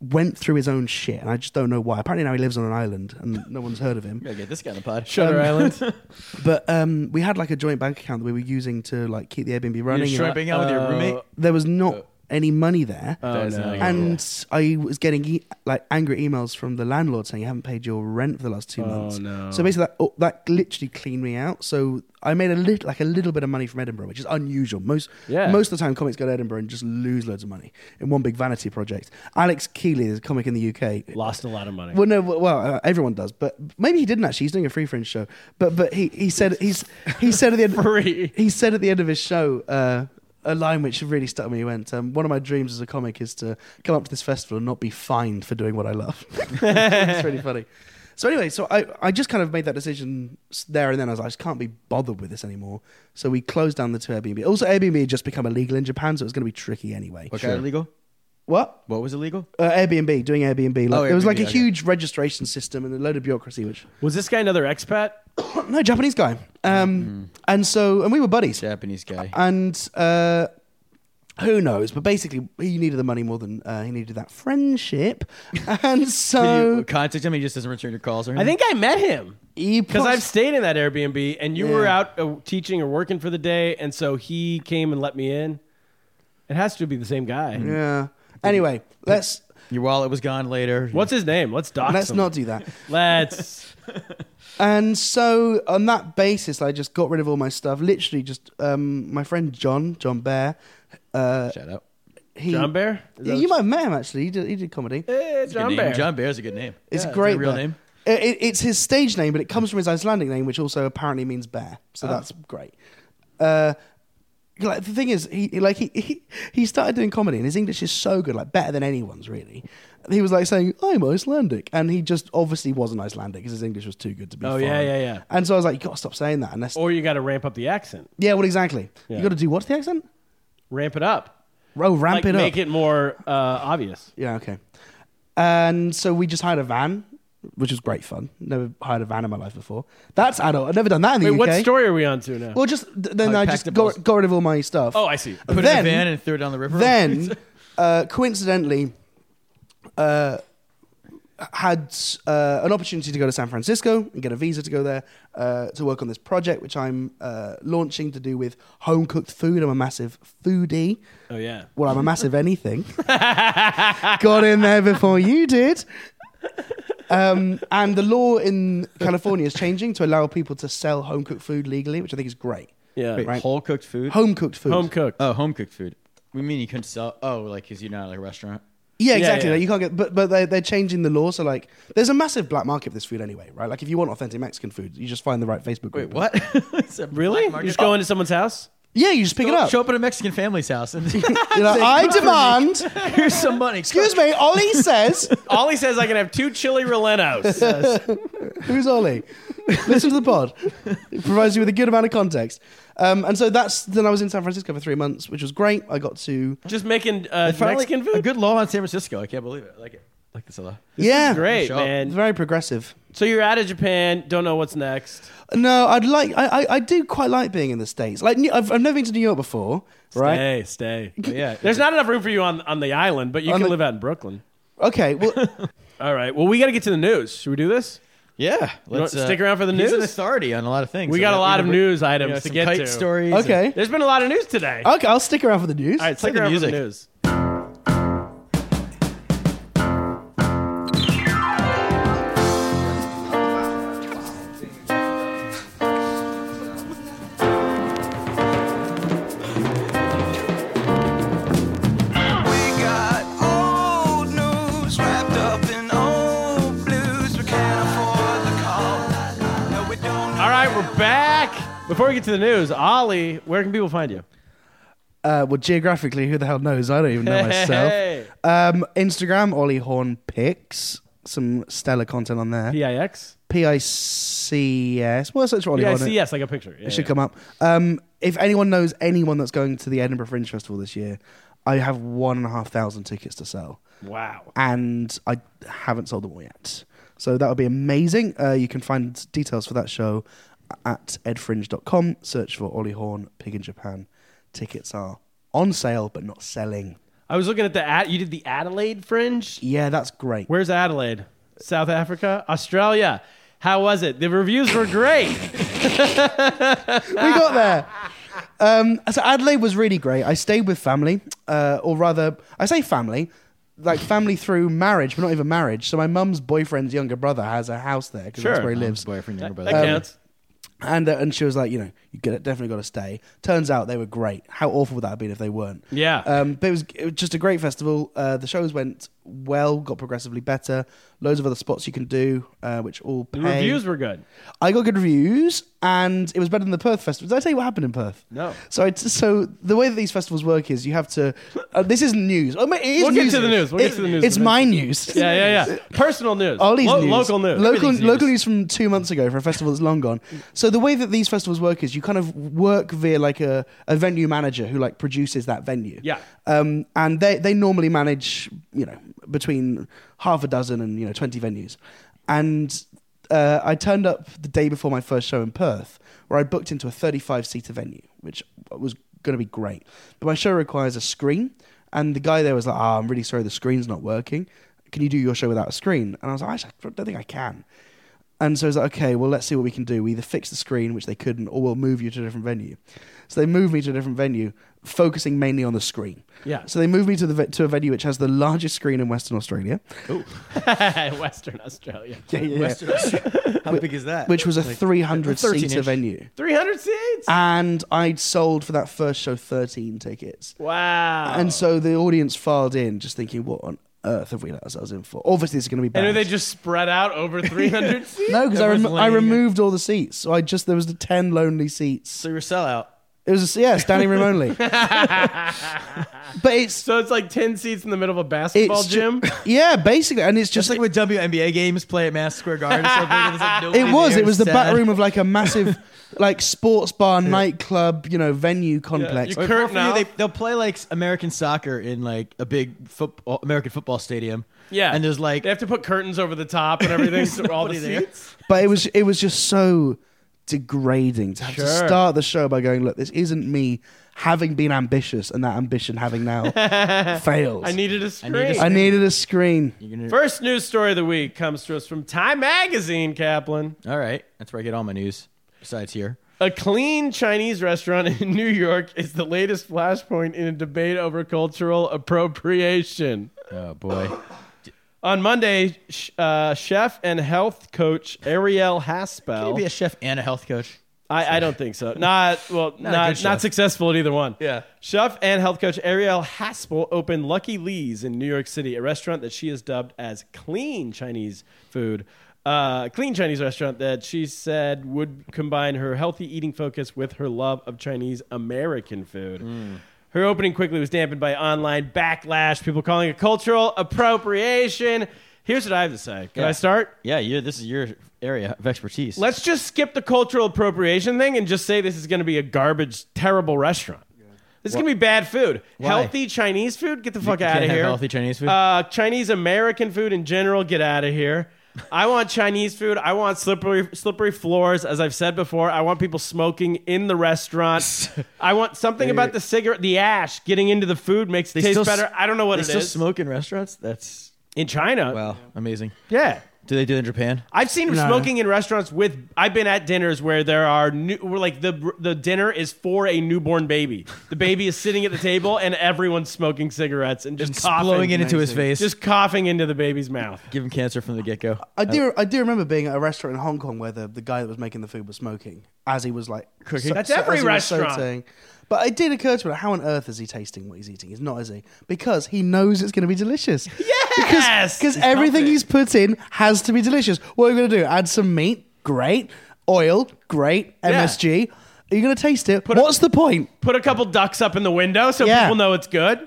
S4: went through his own shit, and I just don't know why. Apparently now he lives on an island, and no one's heard of him.
S1: gotta get this guy on the pod.
S4: Um,
S2: Shutter Island.
S4: But um, we had like a joint bank account that we were using to like keep the Airbnb
S1: You're
S4: running. and,
S1: shrimping out with
S4: uh,
S1: your roommate.
S4: there was not any money there.
S1: That's
S2: Uh, Oh, no.
S1: not good.
S4: and I was getting e- like angry emails from the landlord saying you haven't paid your rent for the last two months.
S2: Oh, no.
S4: So basically, that, oh, that literally cleaned me out. So I made a little, like a little bit of money from Edinburgh, which is unusual. Most
S2: Yeah.
S4: most of the time, comics go to Edinburgh and just lose loads of money in one big vanity project. Alex Keeley, is a comic in the UK,
S2: Lost a lot of money.
S4: well, no, well, well, uh, everyone does, but maybe he didn't actually. He's doing a free fringe show, but but he, he said he's he said at the end
S2: Free.
S4: he said at the end of his show uh, a line which really stuck with me. He went, um, "One of my dreams as a comic is to come up to this festival and not be fined for doing what I love." it's really funny. So anyway, so I, I just kind of made that decision s- there and then. I was like, I just can't be bothered with this anymore. So we closed down the two Airbnb. Also, Airbnb had just become illegal in Japan, so it was going to be tricky anyway.
S1: What kind of legal?
S4: What?
S1: What was illegal?
S4: uh, Airbnb, doing Airbnb. Like,
S1: Oh,
S4: It was like a
S1: Airbnb, okay.
S4: huge registration system and a load of bureaucracy, which
S2: Was this guy another expat?
S4: no Japanese guy. Um,
S1: Mm-hmm.
S4: And so, and we were buddies.
S1: Japanese guy.
S4: And uh, who knows? But basically, he needed the money more than uh, he needed that friendship, and
S1: Did
S4: so
S1: you contact him? He just doesn't return your calls or
S2: I
S1: anything.
S2: think I met him.
S4: he
S2: Because
S4: pos-
S2: I've stayed in that Airbnb, and you were
S4: Yeah.
S2: out uh, teaching or working for the day, and so he came and let me in. It has to be the same guy.
S4: yeah. Anyway, let's
S1: your wallet was gone later.
S2: What's his name? Let's dox
S4: let's
S2: him.
S4: not do that.
S2: Let's.
S4: And so on that basis, I just got rid of all my stuff. Literally, just um, my friend John, John Bear. Uh,
S1: Shout out.
S4: he,
S2: John Bear? Is that
S4: You might have met him actually. He did, he did comedy.
S2: Eh,
S1: Good
S2: John
S1: name.
S2: Bear.
S1: John Bear's a good name.
S4: It's
S1: Yeah,
S4: a great.
S1: a real
S4: bear.
S1: name.
S4: It, it- it's his stage name, but it comes from his Icelandic name, which also apparently means bear. So
S2: Ah.
S4: that's great. Uh, like the thing is, he he- like he, he he started doing comedy, and his English is so good, like better than anyone's really. He was like saying, "I'm Icelandic," and he just obviously wasn't Icelandic because his English was too good to be.
S2: Oh,
S4: foreign.
S2: yeah, yeah, yeah.
S4: And so I was like, "You gotta stop saying that." Unless,
S2: Or you got to ramp up the accent,
S4: yeah, well, exactly.
S2: Yeah.
S4: You gotta do what's the accent?
S2: ramp it up.
S4: Oh, ramp
S2: like,
S4: it up.
S2: Make it more uh, obvious.
S4: Yeah, okay. And so we just hired a van, which was great fun. Never hired a van in my life before. That's adult. I've never done that in the
S2: Wait,
S4: UK.
S2: what story are we on to now?
S4: Well, just th- then
S1: Oh,
S4: I
S1: packed
S4: just
S1: up all-
S4: got, got rid of all my stuff.
S2: oh, I see.
S1: Put it in
S4: then,
S1: a van and threw it down the river.
S4: then uh, coincidentally uh, had uh, an opportunity to go to San Francisco and get a visa to go there uh, to work on this project, which I'm uh, launching to do with home cooked food. I'm a massive foodie.
S2: Oh yeah.
S4: Well, I'm a massive anything. Got in there before you did. Um, and the law in California is changing to allow people to sell home cooked food legally, which I think is great.
S2: Yeah.
S1: Wait, whole cooked food?
S4: Home cooked food.
S2: Home cooked.
S1: oh, home cooked food. We mean you couldn't sell. Oh, like because you're not like a restaurant.
S4: Yeah, exactly.
S2: yeah.
S4: Like you can't get, but but they're, they're changing the law. So like, there's a massive black market for this food anyway, right? Like if you want authentic Mexican food, you just find the right Facebook group.
S1: Wait, what? It's a
S2: Really?
S1: black
S2: You
S1: market.
S2: just go into someone's house?
S4: Yeah, you just pick
S1: Go-
S4: it up.
S1: Show up at a Mexican family's house and
S4: You're like, I demand.
S1: here's some money.
S4: Excuse me, Ollie says.
S2: Ollie says I can have two chili rellenos.
S4: Who's Ollie? Listen to the pod. It provides you with a good amount of context. Um, and so that's then I was in San Francisco for three months, which was great. I got to
S2: just making uh,
S1: Finally,
S2: Mexican
S1: A
S2: food.
S1: good law in San Francisco. I can't believe it. I like it. I like this a lot.
S4: yeah,
S2: Great,
S1: Show.
S4: It's
S2: man.
S4: very progressive.
S2: So you're out of Japan, don't know what's next.
S4: No, I'd like I, I I do quite like being in the states. Like New- I've I've never been to New York before, right?
S2: Stay, stay.
S1: yeah.
S2: There's not enough room for you on, on the island, but you
S4: On
S2: can
S4: the-
S2: live out in Brooklyn.
S4: Okay, well.
S2: All right. Well, we got to get to the news. Should we do this?
S1: Yeah.
S2: want to stick around for the
S1: he's an
S2: news?
S1: authority on a lot of things.
S2: We
S1: So
S2: got a lot of
S1: we-
S2: news
S1: we
S2: items
S1: got
S2: to
S1: some
S2: get
S1: kite
S2: to.
S1: stories. and-
S4: Okay.
S2: There's been a lot of news today. All
S4: Okay, I'll stick around for Oh, the news.
S2: right, stick
S1: the
S2: around for the
S1: music.
S2: news.
S5: We got old news wrapped up in old blues. We can't afford the call. No, we don't.
S2: All right, we're back. Before we get to the news, Ollie, where can people find you?
S4: Uh, well, geographically, who the hell knows? I don't even know myself.
S2: Hey.
S4: Um, Instagram, Ollie Horn Pics. Some stellar content on there.
S2: PIX?
S4: P I C S. Well, search for Ollie Horn.
S2: PICS, like a picture. Yeah,
S4: It should
S2: yeah.
S4: come up. Um, if anyone knows anyone that's going to the Edinburgh Fringe Festival this year, I have one and a half thousand tickets to sell,
S2: Wow.
S4: and I haven't sold them all yet. So that would be amazing. Uh, you can find details for that show at edfringe.com. Search for Ollie Horn Pig in Japan. Tickets are on sale but not selling.
S2: I was looking at the ad. You did the Adelaide Fringe.
S4: Yeah, that's great.
S2: Where's Adelaide? South Africa, Australia. How was it? The reviews were great.
S4: we got there. Um, so Adelaide was really great. I stayed with family, uh, or rather, I say family, like family through marriage, but not even marriage. So my mum's boyfriend's younger brother has a house there because that's
S2: Sure.
S4: where he lives.
S1: Boyfriend, younger brother.
S2: that counts.
S4: And uh, and she was like, you know, you get definitely got to stay. Turns out they were great. How awful would that have been if they weren't?
S2: Yeah.
S4: Um, but it was, it was just a great festival. Uh, the shows went well, got progressively better. Loads of other spots you can do, uh, which all pay.
S2: the reviews were good.
S4: I got good reviews, and it was better than the Perth festival. Did I tell you what happened in Perth?
S2: No.
S4: So, I, so the way that these festivals work is you have to. Uh, this is news. Oh, mate, it is
S2: We'll get
S4: news
S2: to the news. We'll get
S4: It-
S2: to the news
S4: It's
S2: in a
S4: my news.
S2: Yeah, yeah, yeah. Personal news.
S4: Ollie's
S2: Lo-
S4: news.
S2: Local news.
S4: Local,
S2: Everything's
S4: local news from two months ago for a festival that's long gone. So the way that these festivals work is you kind of work via like a, a venue manager who like produces that venue.
S2: Yeah.
S4: Um, and they, they normally manage, you know, between half a dozen and, you know, 20 venues. And uh, I turned up the day before my first show in Perth where I booked into a 35 seater venue, which was going to be great. But my show requires a screen. And the guy there was like, oh, I'm really sorry, the screen's not working. Can you do your show without a screen? And I was like, actually, I don't think I can. And so it's like, okay, well, let's see what we can do. We either fix the screen, which they couldn't, or we'll move you to a different venue. So they moved me to a different venue, focusing mainly on the screen.
S2: Yeah.
S4: So they moved me to the ve- to a venue which has the largest screen in Western Australia,
S2: news. Western Australia.
S1: Western Australia. How big is that?
S4: which was a 300
S1: 13
S4: seater
S1: inch.
S4: venue.
S2: 300 seats.
S4: And I'd sold for that first show 13 tickets.
S2: wow.
S4: And so the audience filed in, just thinking, what on earth have we let ourselves in for? Obviously, it's going to be bad.
S2: and are they just spread out over 300 seats?
S4: no, because I,
S1: Everyone's
S4: remo- I
S1: laying in.
S4: removed all the seats. So I just, there was the 10 lonely seats.
S1: so you're a sellout.
S4: It was a, yeah, standing room only. but it's
S2: So it's like 10 seats in the middle of a
S4: it's
S2: basketball
S4: ju-
S2: gym.
S4: yeah, basically, and it's
S1: Just
S4: just
S1: like
S4: like
S1: with WNBA games, play at Mass Square Garden or something. and it's like nobody
S4: it was.
S1: there,
S4: It was the
S1: sad.
S4: back room of like a massive, like sports bar, nightclub, you know, venue complex.
S2: you
S1: Or
S2: could- Curtain
S1: for you, they,
S2: off.
S1: they'll play like American soccer in like a big football, American football stadium.
S2: Yeah.
S1: and there's like
S2: They have to put curtains over the top and everything so all the
S1: nobody there.
S2: seats.
S4: but it was it was just so degrading to have
S2: Sure.
S4: to start the show by going, look, this isn't me having been ambitious and that ambition having now failed.
S2: I needed a screen.
S1: need a
S4: I needed a screen.
S2: First news story of the week comes to us from Time Magazine, Kaplan.
S1: All right, that's where I get all my news. Besides here,
S2: A clean Chinese restaurant in New York is the latest flashpoint in a debate over cultural appropriation.
S1: oh boy,
S2: On Monday, sh- uh, chef and health coach Ariel Haspel.
S1: Can you be a chef and a health coach.
S2: I, I don't think so. Not well.
S1: a good
S2: Not
S1: chef.
S2: not successful at either one.
S1: Yeah.
S2: Chef and health coach Ariel Haspel opened Lucky Lee's in New York City, a restaurant that she has dubbed as clean Chinese food. Uh, clean Chinese restaurant that she said would combine her healthy eating focus with her love of Chinese American food.
S1: Hmm.
S2: Her opening quickly was dampened by online backlash, people calling it cultural appropriation. Here's what I have to say. Can
S1: Yeah.
S2: I start?
S1: Yeah, you. This is your area of expertise.
S2: Let's just skip the cultural appropriation thing and just say this is going to be a garbage, terrible restaurant. This is going to be bad food. Healthy Chinese food, get the fuck out
S1: can't
S2: of
S1: have
S2: here.
S1: healthy Chinese food?
S2: Uh, Chinese American food in general, get out of here. I want Chinese food. I want slippery, slippery floors. As I've said before, I want people smoking in the restaurant. I want something about the cigarette, the ash getting into the food makes it taste
S1: still s-
S2: better. I don't know what
S1: they
S2: it
S1: still
S2: is.
S1: smoke in restaurants. That's
S2: in China,
S1: wow, amazing.
S2: yeah.
S1: Do they do it in Japan?
S2: I've seen him
S4: No.
S2: smoking in restaurants with. I've been at dinners where there are new, where like the the dinner is for a newborn baby. The baby is sitting at the table and everyone's smoking cigarettes and just coughing,
S1: blowing it into his face.
S2: just coughing into the baby's mouth.
S1: give him cancer from the get go.
S4: I do. I do remember being at a restaurant in Hong Kong where the, the guy that was making the food was smoking as he was like cooking.
S2: That's every restaurant.
S4: But it did occur to me, like, how on earth is he tasting what he's eating? He's not, is he? Because he knows it's going to be delicious.
S2: Yes!
S4: Because everything he's put in has to be delicious. What are you going to do? Add some meat? Great. Oil? Great. MSG? Are you going to taste it? What's the point?
S2: Put a couple ducks up in the window so
S4: Yeah.
S2: people know it's good.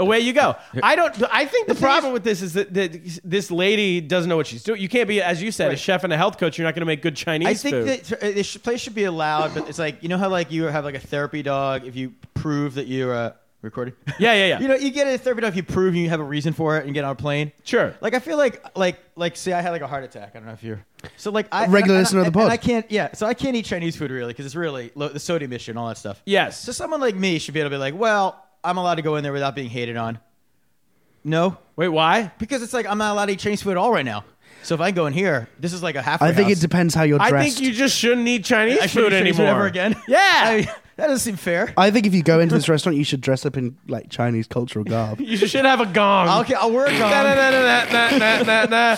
S2: Away you go. I don't. I think the problem with this is that, that this lady doesn't know what she's doing. You can't be, as you said, a chef and a health coach. You're not going to make good Chinese
S1: I think
S2: food.
S1: that uh, this sh- place should be allowed, but it's like you know how like you have like a therapy dog if you prove that you're uh, recording.
S2: Yeah, yeah, yeah.
S1: you know, you get a therapy dog if you prove you have a reason for it and get on a plane.
S2: Sure.
S1: Like I feel like like like say I had like a heart attack. I don't know if you're so like I and I-
S4: Regular listener of the
S1: and- and
S4: pod.
S1: I can't. Yeah. So I can't eat Chinese food really because it's really low, the sodium issue and all that stuff.
S2: Yes.
S1: So someone like me should be able to be like, well, I'm allowed to go in there without being hated on. No,
S2: Wait, why?
S1: because it's like I'm not allowed to eat Chinese food at all right now. So if I go in here, this is like a halfway.
S4: I think it
S1: house.
S4: depends how you're dressed.
S2: I think you just shouldn't eat Chinese
S1: I
S2: food
S1: shouldn't eat Chinese
S2: anymore.
S1: ever again.
S2: Yeah.
S1: I mean, that doesn't seem fair.
S4: I think if you go into this restaurant, you should dress up in like Chinese cultural garb.
S2: You should have a gong.
S1: Okay, I'll work
S2: Na, na,
S1: on.
S2: na, na, na, na, na, na.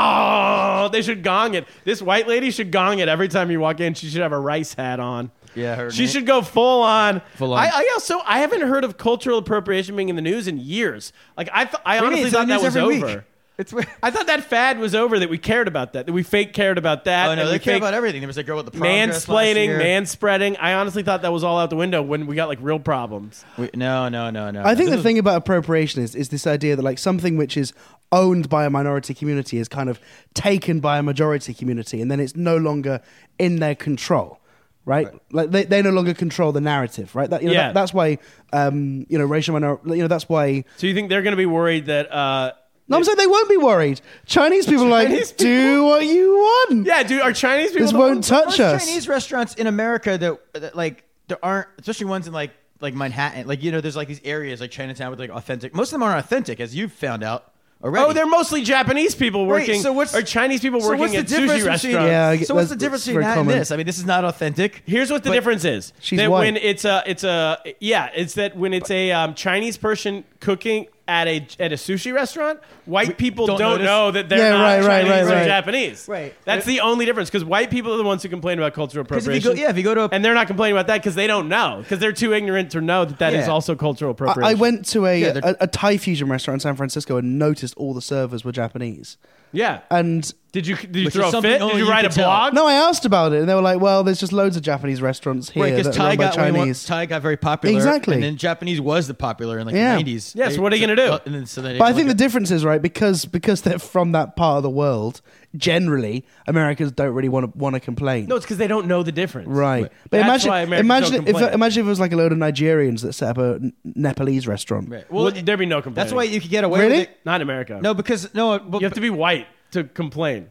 S2: Bwah. They should gong it. This white lady should gong it every time you walk in. She should have a rice hat on.
S1: Yeah, her
S2: she
S1: name-
S2: should go full on.
S1: Full on.
S2: I, I also I haven't heard of cultural appropriation being in the news in years. Like I th- I
S1: do you mean?
S2: honestly
S1: It's on
S2: thought that
S1: the
S2: was
S1: news every
S2: over.
S1: week. It's weird.
S2: I thought that fad was over. That we cared about that. That we fake cared about that.
S1: Oh
S2: and
S1: no,
S2: we
S1: they care
S2: fake
S1: about everything. There was a girl with the prom dress last
S2: mansplaining,
S1: year.
S2: manspreading. I honestly thought that was all out the window when we got like real problems.
S1: We- no, no, no, no.
S4: I
S1: This
S4: think the
S1: is-
S4: thing about appropriation is is this idea that like something which is owned by a minority community is kind of taken by a majority community, and then it's no longer in their control, right? Like they, they no longer control the narrative, right? That, you know,
S2: Yeah.
S4: that- that's why um, you know racial minor, you know that's why.
S2: So you think they're going to be worried that? Uh,
S4: No, I'm saying they won't be worried. Chinese people are
S2: Chinese
S4: like do what you want.
S2: yeah, dude, are Chinese people?
S4: this
S2: the
S4: won't
S2: ones-
S4: touch
S1: Most
S4: us.
S1: Chinese restaurants in America that, that like there aren't, especially ones in like like Manhattan. Like you know, there's like these areas like Chinatown with like authentic. Most of them aren't authentic, as you've found out already.
S2: Oh, they're mostly Japanese people
S1: Wait,
S2: working,
S1: so what's-
S2: or Chinese people
S1: so
S2: working
S1: what's the
S2: at
S1: difference
S2: sushi
S1: between-
S2: restaurants.
S4: Yeah, I get-
S1: So what's the
S4: that's-
S1: difference
S4: that's
S1: between
S4: very
S1: that and
S4: common.
S1: this? I mean, this is not authentic.
S2: Here's what the difference is.
S4: She's
S2: that
S4: white.
S2: when it's a, it's a, yeah, it's that when it's a um, Chinese person cooking at a at a sushi restaurant, white people
S1: don't
S2: don't,
S1: notice.
S2: know that they're
S4: Yeah,
S2: not
S4: right, right,
S2: Chinese
S4: right,
S2: or
S4: right.
S2: Japanese.
S1: Right.
S2: That's the only difference because white people are the ones who complain about cultural
S1: 'Cause if you
S2: appropriation.
S1: go- yeah, if you go to a-
S2: and they're not complaining about that because they don't know because they're too ignorant to know that that is
S1: Yeah.
S2: also cultural appropriation.
S4: I, I went to a,
S1: Yeah,
S4: a
S1: they're-
S4: a Thai fusion restaurant in San Francisco and noticed all the servers were Japanese.
S2: Yeah.
S4: And
S2: did you did you
S1: Which
S2: throw
S1: is
S2: a
S1: something
S2: fit? Did
S1: only
S2: you
S1: you
S2: write a
S1: could tell.
S2: blog?
S4: no, I asked about it, and they were like, "Well, there's just loads of Japanese restaurants here
S1: Right, because
S4: that are
S1: Thai
S4: run by
S1: got when he wa-
S4: Chinese."
S1: Thai got very popular,
S4: Exactly.
S1: And then Japanese was the popular in like
S4: Yeah.
S1: the nineties.
S2: Yeah, so what are you gonna do?
S1: And then, so they
S4: But I think the difference is right because because they're from that part of the world. Generally, Americans don't really want to want to complain.
S2: No, it's because they don't know the difference.
S4: right. But
S2: That's
S4: imagine
S2: why Americans don't
S4: imagine if uh,
S2: complain.
S4: imagine if it was like a load of Nigerians that set up a N- Nepalese restaurant.
S1: well,
S2: Well, there'd be no complaint.
S1: that's why you could get away
S4: Really?
S1: with it.
S2: not in America.
S1: No, because no, but,
S2: you have to be white to complain.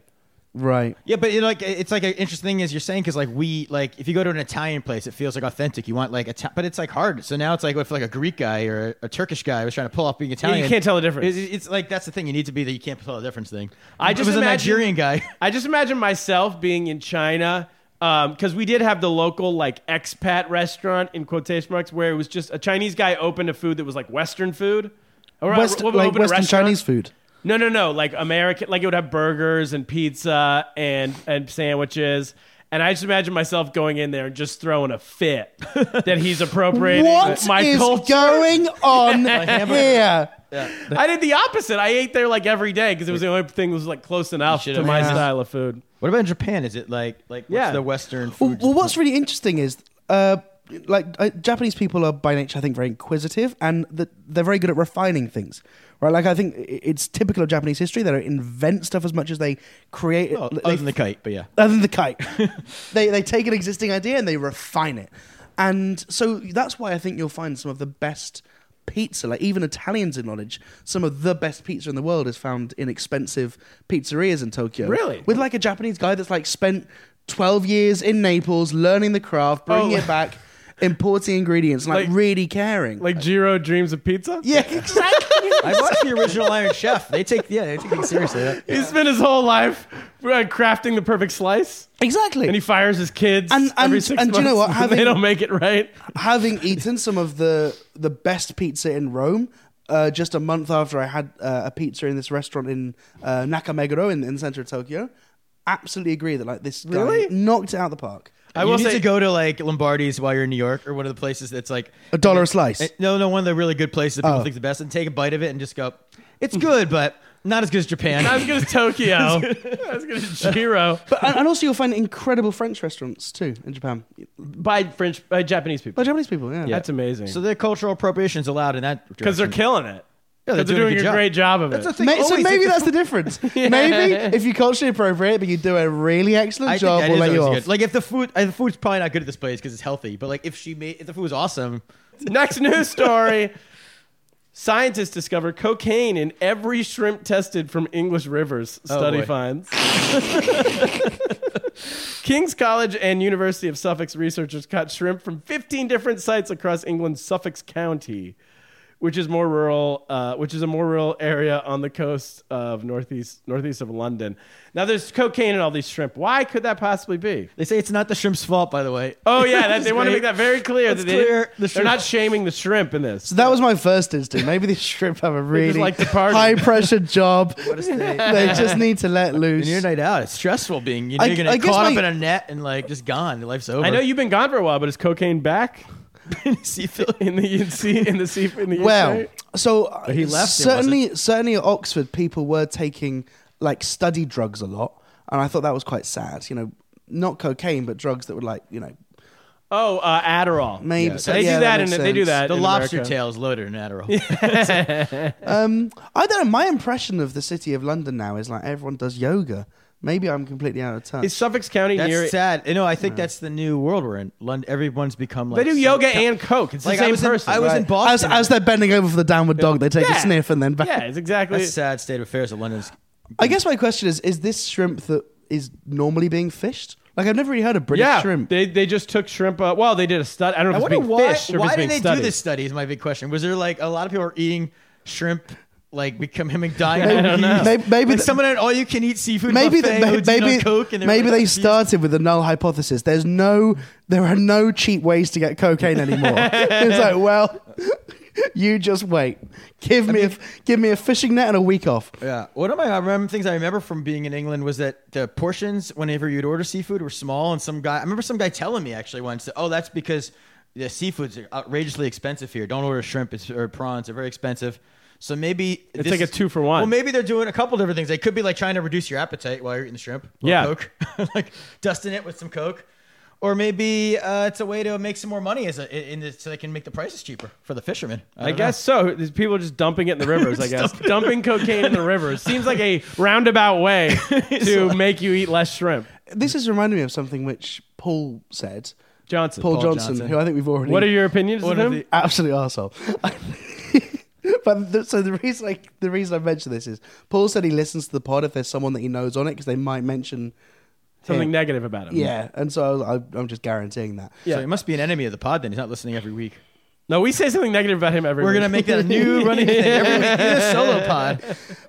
S4: Right.
S1: Yeah, but you know, like it's like an interesting thing as you're saying because like we like if you go to an Italian place, it feels like authentic. You want like Ita- but it's like hard. So now it's like if like a Greek guy or a, a Turkish guy was trying to pull off being Italian,
S2: can't tell the difference.
S1: It's, it's like that's the thing. You need to be that you can't tell the difference thing.
S2: I
S1: If
S2: just
S1: it was
S2: imagine-
S1: a Nigerian guy.
S2: I just imagine myself being in China because we did have the local like expat restaurant in quotation marks where it was just a Chinese guy opened a food that was like Western food. Or uh,
S4: West,
S2: what-
S4: like
S2: opened a
S4: Western
S2: restaurant.
S4: Chinese food.
S2: No, no, no. Like American, like it would have burgers and pizza and and sandwiches. And I just imagine myself going in there and just throwing a fit that he's appropriating
S4: What is
S2: my culture.
S4: going on here?
S2: I did the opposite. I ate there like every day because it was the only thing that was like close enough
S1: should
S2: to
S1: have-
S2: my
S1: Yeah.
S2: style of food.
S1: What about in Japan? Is it like like what's
S2: Yeah.
S1: the Western
S4: Well,
S1: food?
S4: well, what's really interesting is, uh, like, uh, Japanese people are by nature, I think, very inquisitive, and that they're very good at refining things. Right, like I think i- it's typical of Japanese history. They don't invent stuff as much as they create. it.
S1: Oh,
S4: They-
S1: other than the kite, but yeah.
S4: other than the kite. they they take an existing idea and they refine it, and so that's why I think you'll find some of the best pizza. Like even Italians acknowledge some of the best pizza in the world is found in expensive pizzerias in Tokyo.
S2: Really?
S4: with like a Japanese guy that's like spent twelve years in Naples learning the craft, bringing
S2: Oh.
S4: it back, importing ingredients, and like,
S2: Like-
S4: really caring.
S2: Like Jiro dreams of pizza.
S4: yeah, exactly.
S1: I watched the original Iron Chef. They take yeah, they take things seriously. Yeah.
S2: He spent his whole life uh, crafting the perfect slice,
S4: exactly.
S2: and he fires his kids
S4: And-
S2: every
S4: and-
S2: six
S4: and
S2: months.
S4: do you know what?
S2: when
S4: Having-
S2: they don't make it right.
S4: having eaten some of the the best pizza in Rome, uh, just a month after I had uh, a pizza in this restaurant in uh, Nakameguro in, in the center of Tokyo, absolutely agree that like this guy
S2: Really?
S4: knocked it out of the park.
S2: I
S1: you
S2: will
S1: need
S2: say,
S1: to go to like Lombardi's while you're in New York or one of the places that's like
S4: A dollar a slice.
S1: Eh, No, no, one of the really good places that people
S4: Oh. Hmm.
S1: think is the best, and take a bite of it and just go, it's good, but not as good as Japan.
S2: I was going to Tokyo. I was going to Jiro
S4: But and, and also you'll find incredible French restaurants too in Japan
S2: by French, by Japanese people.
S4: by Japanese people. Yeah,
S2: That's amazing.
S1: so their cultural appropriation is allowed in that
S2: because they're
S1: direction.
S2: killing it.
S1: Yeah,
S2: Because they're doing, a
S1: good
S2: great job of
S1: That's
S2: it.
S1: the thing.
S4: Ma- so
S1: always,
S4: maybe
S1: if
S4: that's the difference. Maybe if you culturally appropriate, but you do a really excellent
S1: I think
S4: job,
S1: that
S4: we'll
S1: is
S4: let you
S1: always
S4: off.
S1: good. Like if the food, uh, the food's probably not good at this place because it's healthy. But like if she made, if the food was awesome,
S2: Next news story. Scientists discover cocaine in every shrimp tested from English rivers, study
S1: boy.
S2: finds. King's College and University of Suffolk's researchers caught shrimp from 15 different sites across England's Suffolk County, which is more rural, uh, which is a more rural area on the coast of northeast northeast of London. Now there's cocaine in all these shrimp. Why could that possibly be?
S1: they say it's not the shrimp's fault. By the way,
S2: Oh yeah, that,
S1: Which
S2: they
S1: is
S2: want to
S1: great.
S2: make that very clear.
S1: That's
S2: that they,
S1: clear. The
S2: they're
S1: shrimp-
S2: not shaming the shrimp in this.
S4: So that was my first instinct. Maybe these shrimp have a really
S2: like to party.
S4: high pressure job. they just need to let loose.
S1: When you're night out, it's stressful being you know,
S4: I-
S1: you're
S4: I
S1: gonna
S4: guess
S1: caught up
S4: my-
S1: in a net and like just gone. Your life's over.
S2: I know you've been gone for a while, but is cocaine back
S1: see Phil.
S2: in the in sea in the sea in the
S4: Well,
S2: Right?
S4: so uh,
S1: he left, it
S4: Certainly, certainly at Oxford, people were taking like study drugs a lot, and I thought that was quite sad. You know, not cocaine, but drugs that would like you know
S2: Oh, uh, Adderall.
S4: maybe
S1: Yeah,
S4: so-
S2: they
S4: yeah,
S2: do that.
S4: makes
S2: in, they do that.
S4: sense.
S1: The
S2: in
S1: lobster
S2: America.
S1: tail is loaded in Adderall.
S4: I don't know. My impression of the city of London now is like everyone does yoga. Maybe I'm completely out of touch.
S2: Is Suffolk County
S1: That's
S2: near?
S1: sad. You know, I think that's the new world we're in. London, everyone's become like
S2: They do
S1: so
S2: yoga
S1: co-
S2: and coke. It's
S1: Like,
S2: the
S1: I
S2: same
S1: was in-
S2: person.
S1: I was in
S2: right?
S4: as,
S1: Boston.
S4: as they're bending over for the downward dog, they take
S2: Yeah.
S4: a sniff and then back.
S2: Yeah, it's exactly.
S1: That's a sad state of affairs of London's.
S4: I guess my question is: Is this shrimp that is normally being fished? Like I've never really heard of British
S2: yeah,
S4: shrimp.
S2: They they just took shrimp. Uh, well, they did a study. I don't know
S1: I
S2: if it's
S1: wonder
S2: being
S1: why.
S2: fished or if
S1: Why
S2: it's
S1: did
S2: being
S1: they do
S2: studied.
S1: this study? Is my big question. Was there like a lot of people are eating shrimp, like becoming dying?
S4: Maybe- Maybe, maybe
S1: Like
S4: the-
S1: someone had all you can eat seafood
S4: maybe
S1: buffet
S4: that- may-
S1: who did
S4: maybe
S1: on coke and
S4: maybe
S1: were
S4: they
S1: confused.
S4: started with the null hypothesis. There's no, there are no cheap ways to get cocaine anymore. it's like, well, you just wait. Give me a f give me a fishing net and a week off.
S1: Yeah. One of my I remember, things I remember from being in England was that the portions whenever you'd order seafood were small, and some guy I remember some guy telling me actually once that oh that's because the seafoods are outrageously expensive here. Don't order shrimp it's, or prawns; they're very expensive. So maybe it's
S2: like a two for one.
S1: Well, maybe they're doing a couple different things. They could be like trying to reduce your appetite while you're eating the shrimp. A little
S2: Yeah.
S1: Coke, like dusting it with some Coke. Or maybe uh, it's a way to make some more money as a, in this, so they can make the prices cheaper for the fishermen.
S2: I
S1: don't know.
S2: guess so. These people are just dumping it in the rivers. I guess dumping cocaine in the rivers seems like a roundabout way to make you eat less shrimp.
S4: This is reminding me of something which Paul said.
S2: Johnson.
S4: Paul,
S1: Paul
S4: Johnson,
S1: Johnson.
S4: who I think we've already
S2: What are your opinions
S1: One
S2: of
S1: of
S2: him?
S1: the-
S4: absolute arsehole. But the, so the reason I the reason I mention this is Paul said he listens to the pod if there's someone that he knows on it because they might mention
S2: Something
S4: him.
S2: negative about him.
S4: Yeah, and so I was, I, I'm just guaranteeing that.
S1: So he must be an enemy of the pod then. He's not listening every week.
S2: No, we say something negative about him every
S1: We're
S2: week.
S1: going to make that a new running thing every week. He's a solo pod.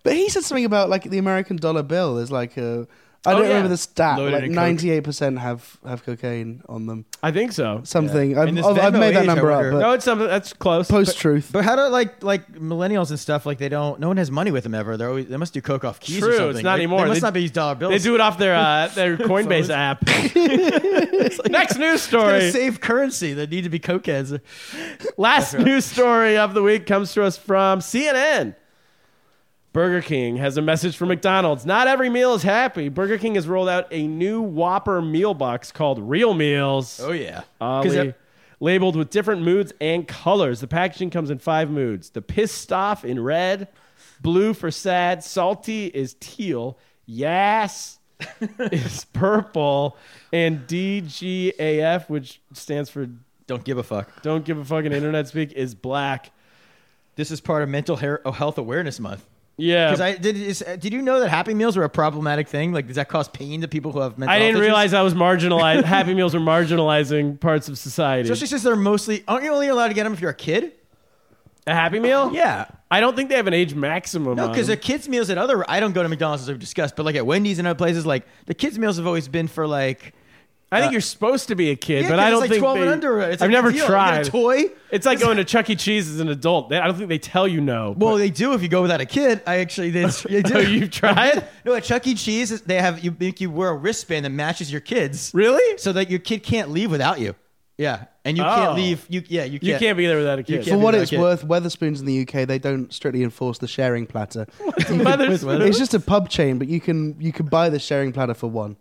S4: But he said something about like the American dollar bill. There's like a I
S2: Oh,
S4: don't
S2: yeah.
S4: remember the stat.
S1: Loaded
S4: but
S1: in
S4: like
S1: coke.
S4: 98 percent have have cocaine on them.
S2: I think so.
S4: Something
S1: In
S4: I've,
S1: this
S4: I've, I've
S1: Venmo
S4: made
S1: age,
S4: that
S1: I
S4: number
S1: wonder-
S4: up,
S2: No,
S4: but
S2: it's something that's close.
S4: post truth.
S1: But how do like like millennials and stuff like they don't no one has money with them ever. They're always they must do coke off keys.
S2: True,
S1: or
S2: it's
S1: something.
S2: not
S1: They-
S2: anymore.
S1: They must
S2: They-
S1: not be use dollar bills.
S2: They do it off their uh, their Coinbase app. Next news
S1: to
S2: story.
S1: save currency. They need to be cokeheads.
S2: Last news story of the week comes to us from CNN. Burger King has a message for McDonald's. Not every meal is happy. Burger King has rolled out a new Whopper meal box called Real Meals.
S1: Oh yeah,
S2: Ollie, labeled with different moods and colors. The packaging comes in five moods. The pissed off in red, blue for sad, salty is teal, yes is purple, and DGAF, which stands for
S1: don't give a fuck.
S2: don't give a fucking internet speak, is black.
S1: This is part of Mental Hair- oh, Health Awareness Month.
S2: Yeah.
S1: Because I did. Is, uh, did you know that Happy Meals are a problematic thing? Like, does that cause pain to people who have mental?
S2: I didn't
S1: health issues?
S2: realize I was marginalized. Happy Meals are marginalizing parts of society.
S1: Especially since they're mostly aren't you only allowed to get them if you're a kid?
S2: a Happy Meal?
S1: Yeah.
S2: I don't think they have an age maximum.
S1: No,
S2: on
S1: because
S2: them.
S1: the kids' meals at other I don't go to McDonald's as we've discussed, but like at Wendy's and other places, like the kids' meals have always been for like
S2: I think you're supposed to be a kid,
S1: uh, Yeah,
S2: but
S1: 'cause
S2: I don't
S1: it's like
S2: think
S1: 12
S2: they,
S1: and under. It's
S2: I've
S1: like,
S2: never
S1: deal, you get
S2: tried.
S1: a toy?
S2: It's like going to Chuck E. Cheese as an adult. They- I don't think they tell you no.
S1: well, they do if you go without a kid. I actually did. They do.
S2: Oh, you've tried?
S1: no, at Chuck E. Cheese, they have you make you wear a wristband that matches your kids,
S2: really?
S1: so that your kid can't leave without you. Yeah, and you
S2: Oh.
S1: can't leave. You yeah, you
S2: You
S1: can't.
S2: can't be there without a kid.
S1: can't
S4: For
S1: be
S4: what
S1: like
S4: it's
S1: it.
S4: worth, Weatherspoons in the UK they don't strictly enforce the sharing platter.
S2: Mother-
S4: it's just a pub chain, but you can you can buy the sharing platter for one.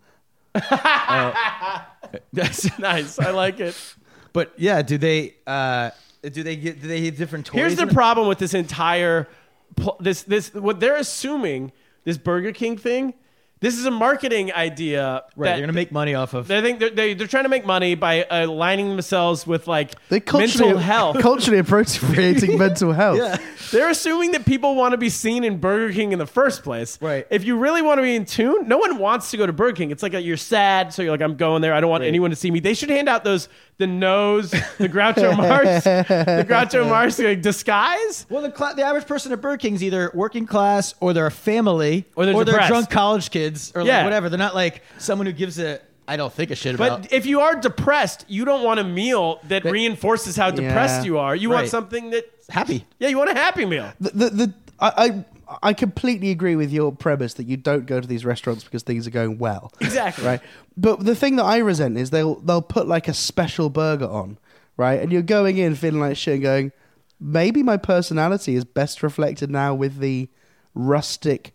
S2: That's nice. I like it.
S1: But yeah, do they? uh Do they get? Do they get different toys?
S2: Here's the
S1: and-
S2: problem with this entire pl- this this what they're assuming this Burger King thing. This is a marketing idea.
S1: Right,
S2: that-
S1: they're gonna make money off of.
S2: They think they're, they, they're trying to make money by uh, aligning themselves with like
S4: They culturally
S2: mental health.
S4: culturally appropriating mental health.
S2: They're assuming that people want to be seen in Burger King in the first place.
S1: Right.
S2: If you really want to be in tune, no one wants to go to Burger King. It's like a, you're sad, so you're like, I'm going there. I don't want anyone to see me. They should hand out those the nose, the Groucho Marx, the Groucho Marx like, disguise.
S1: Well, the, cla the average person at Burger King's either working class or they're a family
S2: Or they're depressed.
S1: drunk college kids or
S2: Yeah.
S1: like whatever. They're not like someone who gives a I don't think a shit about.
S2: But if you are depressed, you don't want a meal that reinforces how depressed you are. You want
S1: Right.
S2: something that
S1: happy.
S2: yeah, you want a happy meal.
S4: The, the, the I, I I completely agree with your premise that you don't go to these restaurants because things are going well.
S2: Exactly.
S4: Right. But the thing that I resent is they'll they'll put like a special burger on, right? And you're going in feeling like shit and going, maybe my personality is best reflected now with the rustic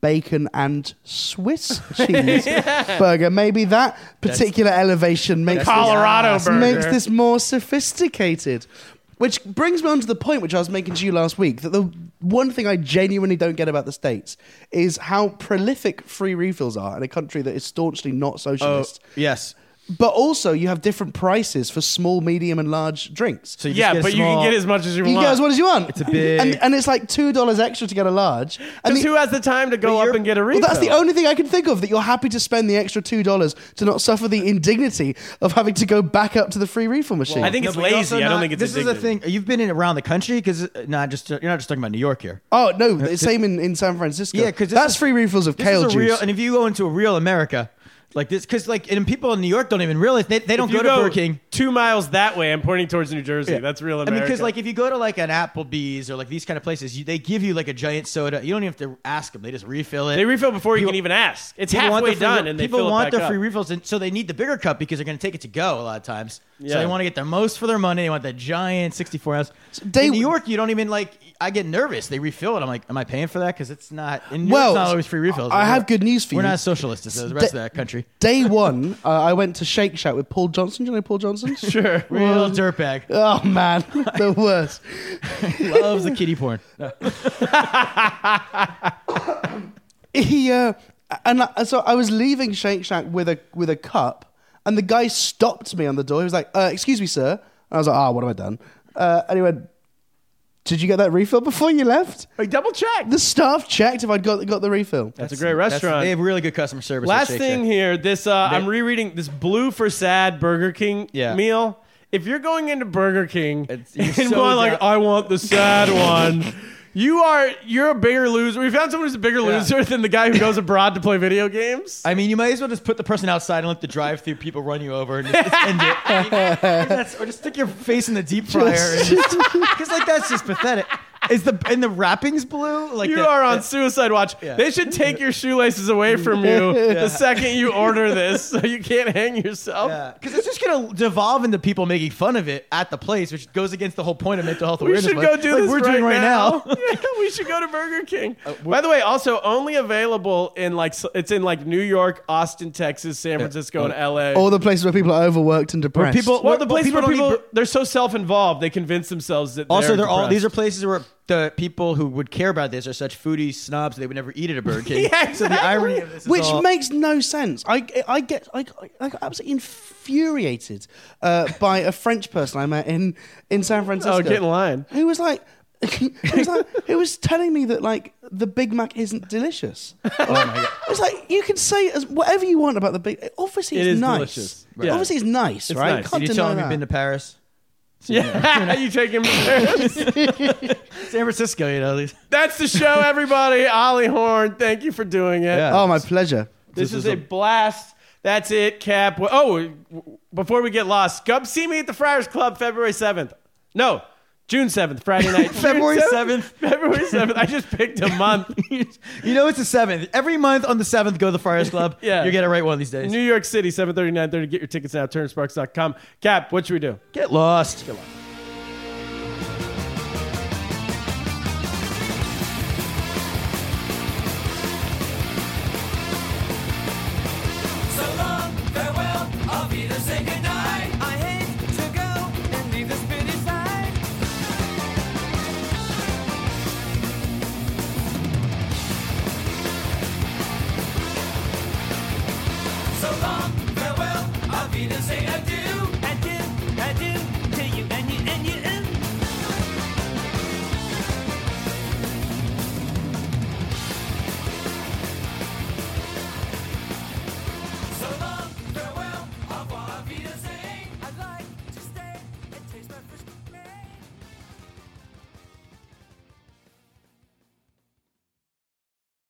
S4: bacon and Swiss cheese burger. Maybe that particular elevation makes this-
S2: Colorado burger.
S4: makes this more sophisticated. Which brings me on to the point which I was making to you last week that the one thing I genuinely don't get about the States is how prolific free refills are in a country that is staunchly not socialist.
S1: Oh, yes.
S4: But also, you have different prices for small, medium, and large drinks.
S1: So you
S2: yeah,
S1: just
S2: but
S1: a
S2: you can
S1: small-
S2: get as much as you
S4: you
S2: want.
S4: get as what as you want. It's
S1: a big-
S4: and, and it's like two dollars extra to get a large. And
S2: Because
S4: the-
S2: who has the time to go
S1: But
S2: up
S1: you're-
S2: and get a
S4: well,
S2: refill?
S4: that's the only thing I can think of that you're happy to spend the extra two dollars to not suffer the indignity of having to go back up to the free refill machine.
S2: I think
S1: No,
S2: it's
S1: but you're
S2: lazy.
S1: also
S2: I don't
S1: not-
S2: think it's
S1: This is
S2: addictive.
S1: the thing. You've been in around the country because not just you're not just talking about New York here.
S4: Oh no, the same in, in San Francisco.
S1: Uh, Yeah, because
S4: that's free refills of kale juice.
S1: Real, and if you go into a real America like this, because like and people in New York don't even realize they, they don't
S2: If you
S1: go to Burger King.
S2: Two miles that way, I'm pointing towards New Jersey. That's real America.
S1: I mean, because like if you go to like an Applebee's or like these kind of places, you, they give you like a giant soda. You don't even have to ask them; they just refill it.
S2: they refill before you
S1: People-
S2: can even ask. It's
S1: people want
S2: halfway
S1: their free-
S2: done, and they
S1: people
S2: fill it
S1: want
S2: back
S1: their
S2: up.
S1: free refills, and so they need the bigger cup because they're going to take it to go a lot of times.
S2: Yeah.
S1: So they want to get the most for their money. They want that giant sixty-four ounce.
S4: they-
S1: in New York, you don't even like. I get nervous. They refill it. I'm like, am I paying for that? Because it's not. In New
S4: Well,
S1: York, it's not always free refills.
S4: I have good news for
S1: We're
S4: you.
S1: not socialists as the rest
S4: Da-
S1: of that country.
S4: Day one, uh, I went to Shake Shack with Paul Johnson. Do you know Paul Johnson?
S2: Sure.
S1: Real dirtbag
S4: Oh man, the worst.
S1: loves the kitty porn.
S4: He uh, and I, so I was leaving Shake Shack with a with a cup, and the guy stopped me on the door. He was like, uh, "Excuse me, sir," and I was like, "Ah, what have I done?" Uh, and he went, Did you get that refill before you left?
S2: Like, double check.
S4: The staff checked if I'd got got the refill.
S2: That's a great restaurant.
S1: They have really good customer service. at
S2: Last
S1: Shake
S2: thing
S1: Shack.
S2: here, this uh, I'm rereading this Blue for Sad Burger King
S1: Yeah.
S2: meal. If you're going into Burger King
S1: It's- you're
S2: and
S1: so
S2: going like,
S1: down-
S2: I want the sad one. You are you're a bigger loser. We found someone who's a bigger
S1: Yeah.
S2: loser than the guy who goes abroad to play video games.
S1: I mean, you might as well just put the person outside and let the drive-through people run you over and just, just end it. I mean, or, that's- or just stick your face in the deep fryer. Because like that's just pathetic. Is the and the wrappings blue? Like
S2: you
S1: that-
S2: are on
S1: that-
S2: suicide watch.
S1: Yeah.
S2: They should take your shoelaces away from you the second you order this, so you can't hang yourself.
S1: Yeah, because it's just gonna devolve into people making fun of it at the place, which goes against the whole point of mental health
S2: We
S1: awareness.
S2: should
S1: month,
S2: go do
S1: like
S2: this
S1: we're doing right now. Uh,
S2: yeah, we should go to Burger King. By the way, also only available in like s- it's in like New York, Austin, Texas, San
S1: Uh,
S2: Francisco, and
S1: oh,
S2: L.A.
S4: All the places where people are overworked and depressed.
S1: people-
S2: well, the
S1: Well,
S2: places
S1: people
S2: where
S1: don't
S2: people
S1: eat bur-
S2: they're so self-involved, they convince themselves that.
S1: Also, they're all these are
S2: depressed.
S1: places where the people who would care about this are such foodie snobs they would never eat at a Burger King.
S2: Yeah,
S1: So the irony of this is
S4: which
S1: all-
S4: makes no sense. I, I get I, I got absolutely infuriated uh, by a French person I met in in San Francisco.
S2: Oh, get in line.
S4: Who was like. who, was like, who was telling me that like the Big Mac isn't delicious? Oh my god! I was like, you can say as whatever you want about the Big. Obviously,
S2: It
S4: it's
S2: is
S4: nice.
S2: delicious. Yeah.
S4: Obviously, it's nice, right?
S2: nice.
S4: Can't
S1: Did you
S4: deny
S1: tell them
S4: that.
S1: you've been to Paris?
S2: Yeah, you take him.
S1: San Francisco, you know. These.
S2: That's the show, everybody. Ollie Horn, thank you for doing it.
S1: Yeah.
S4: Oh, my pleasure.
S2: This, is, a, blast. That's it, Cap. Well, Oh, w- w- before we get lost, come see me at the Friars Club February 7th. No, June 7th, Friday night.
S1: February
S2: June
S1: 7th.
S2: February 7th. I just picked a month.
S1: You know it's the seventh. Every month on the seventh, go to the Friars Club.
S2: Yeah.
S1: you get it right one of these days.
S2: New York City, 730, 930. Get your tickets now, turnsparks.com. Cap, what should we do?
S1: get lost.
S3: So long, farewell, I'll be there, say goodnight. I hate to go and leave this pretty sight. So long, farewell, I'll be there, say adieu. Adieu, adieu to you and you and you and So long, farewell, I'll be there, say I'd like to stay and taste my first name.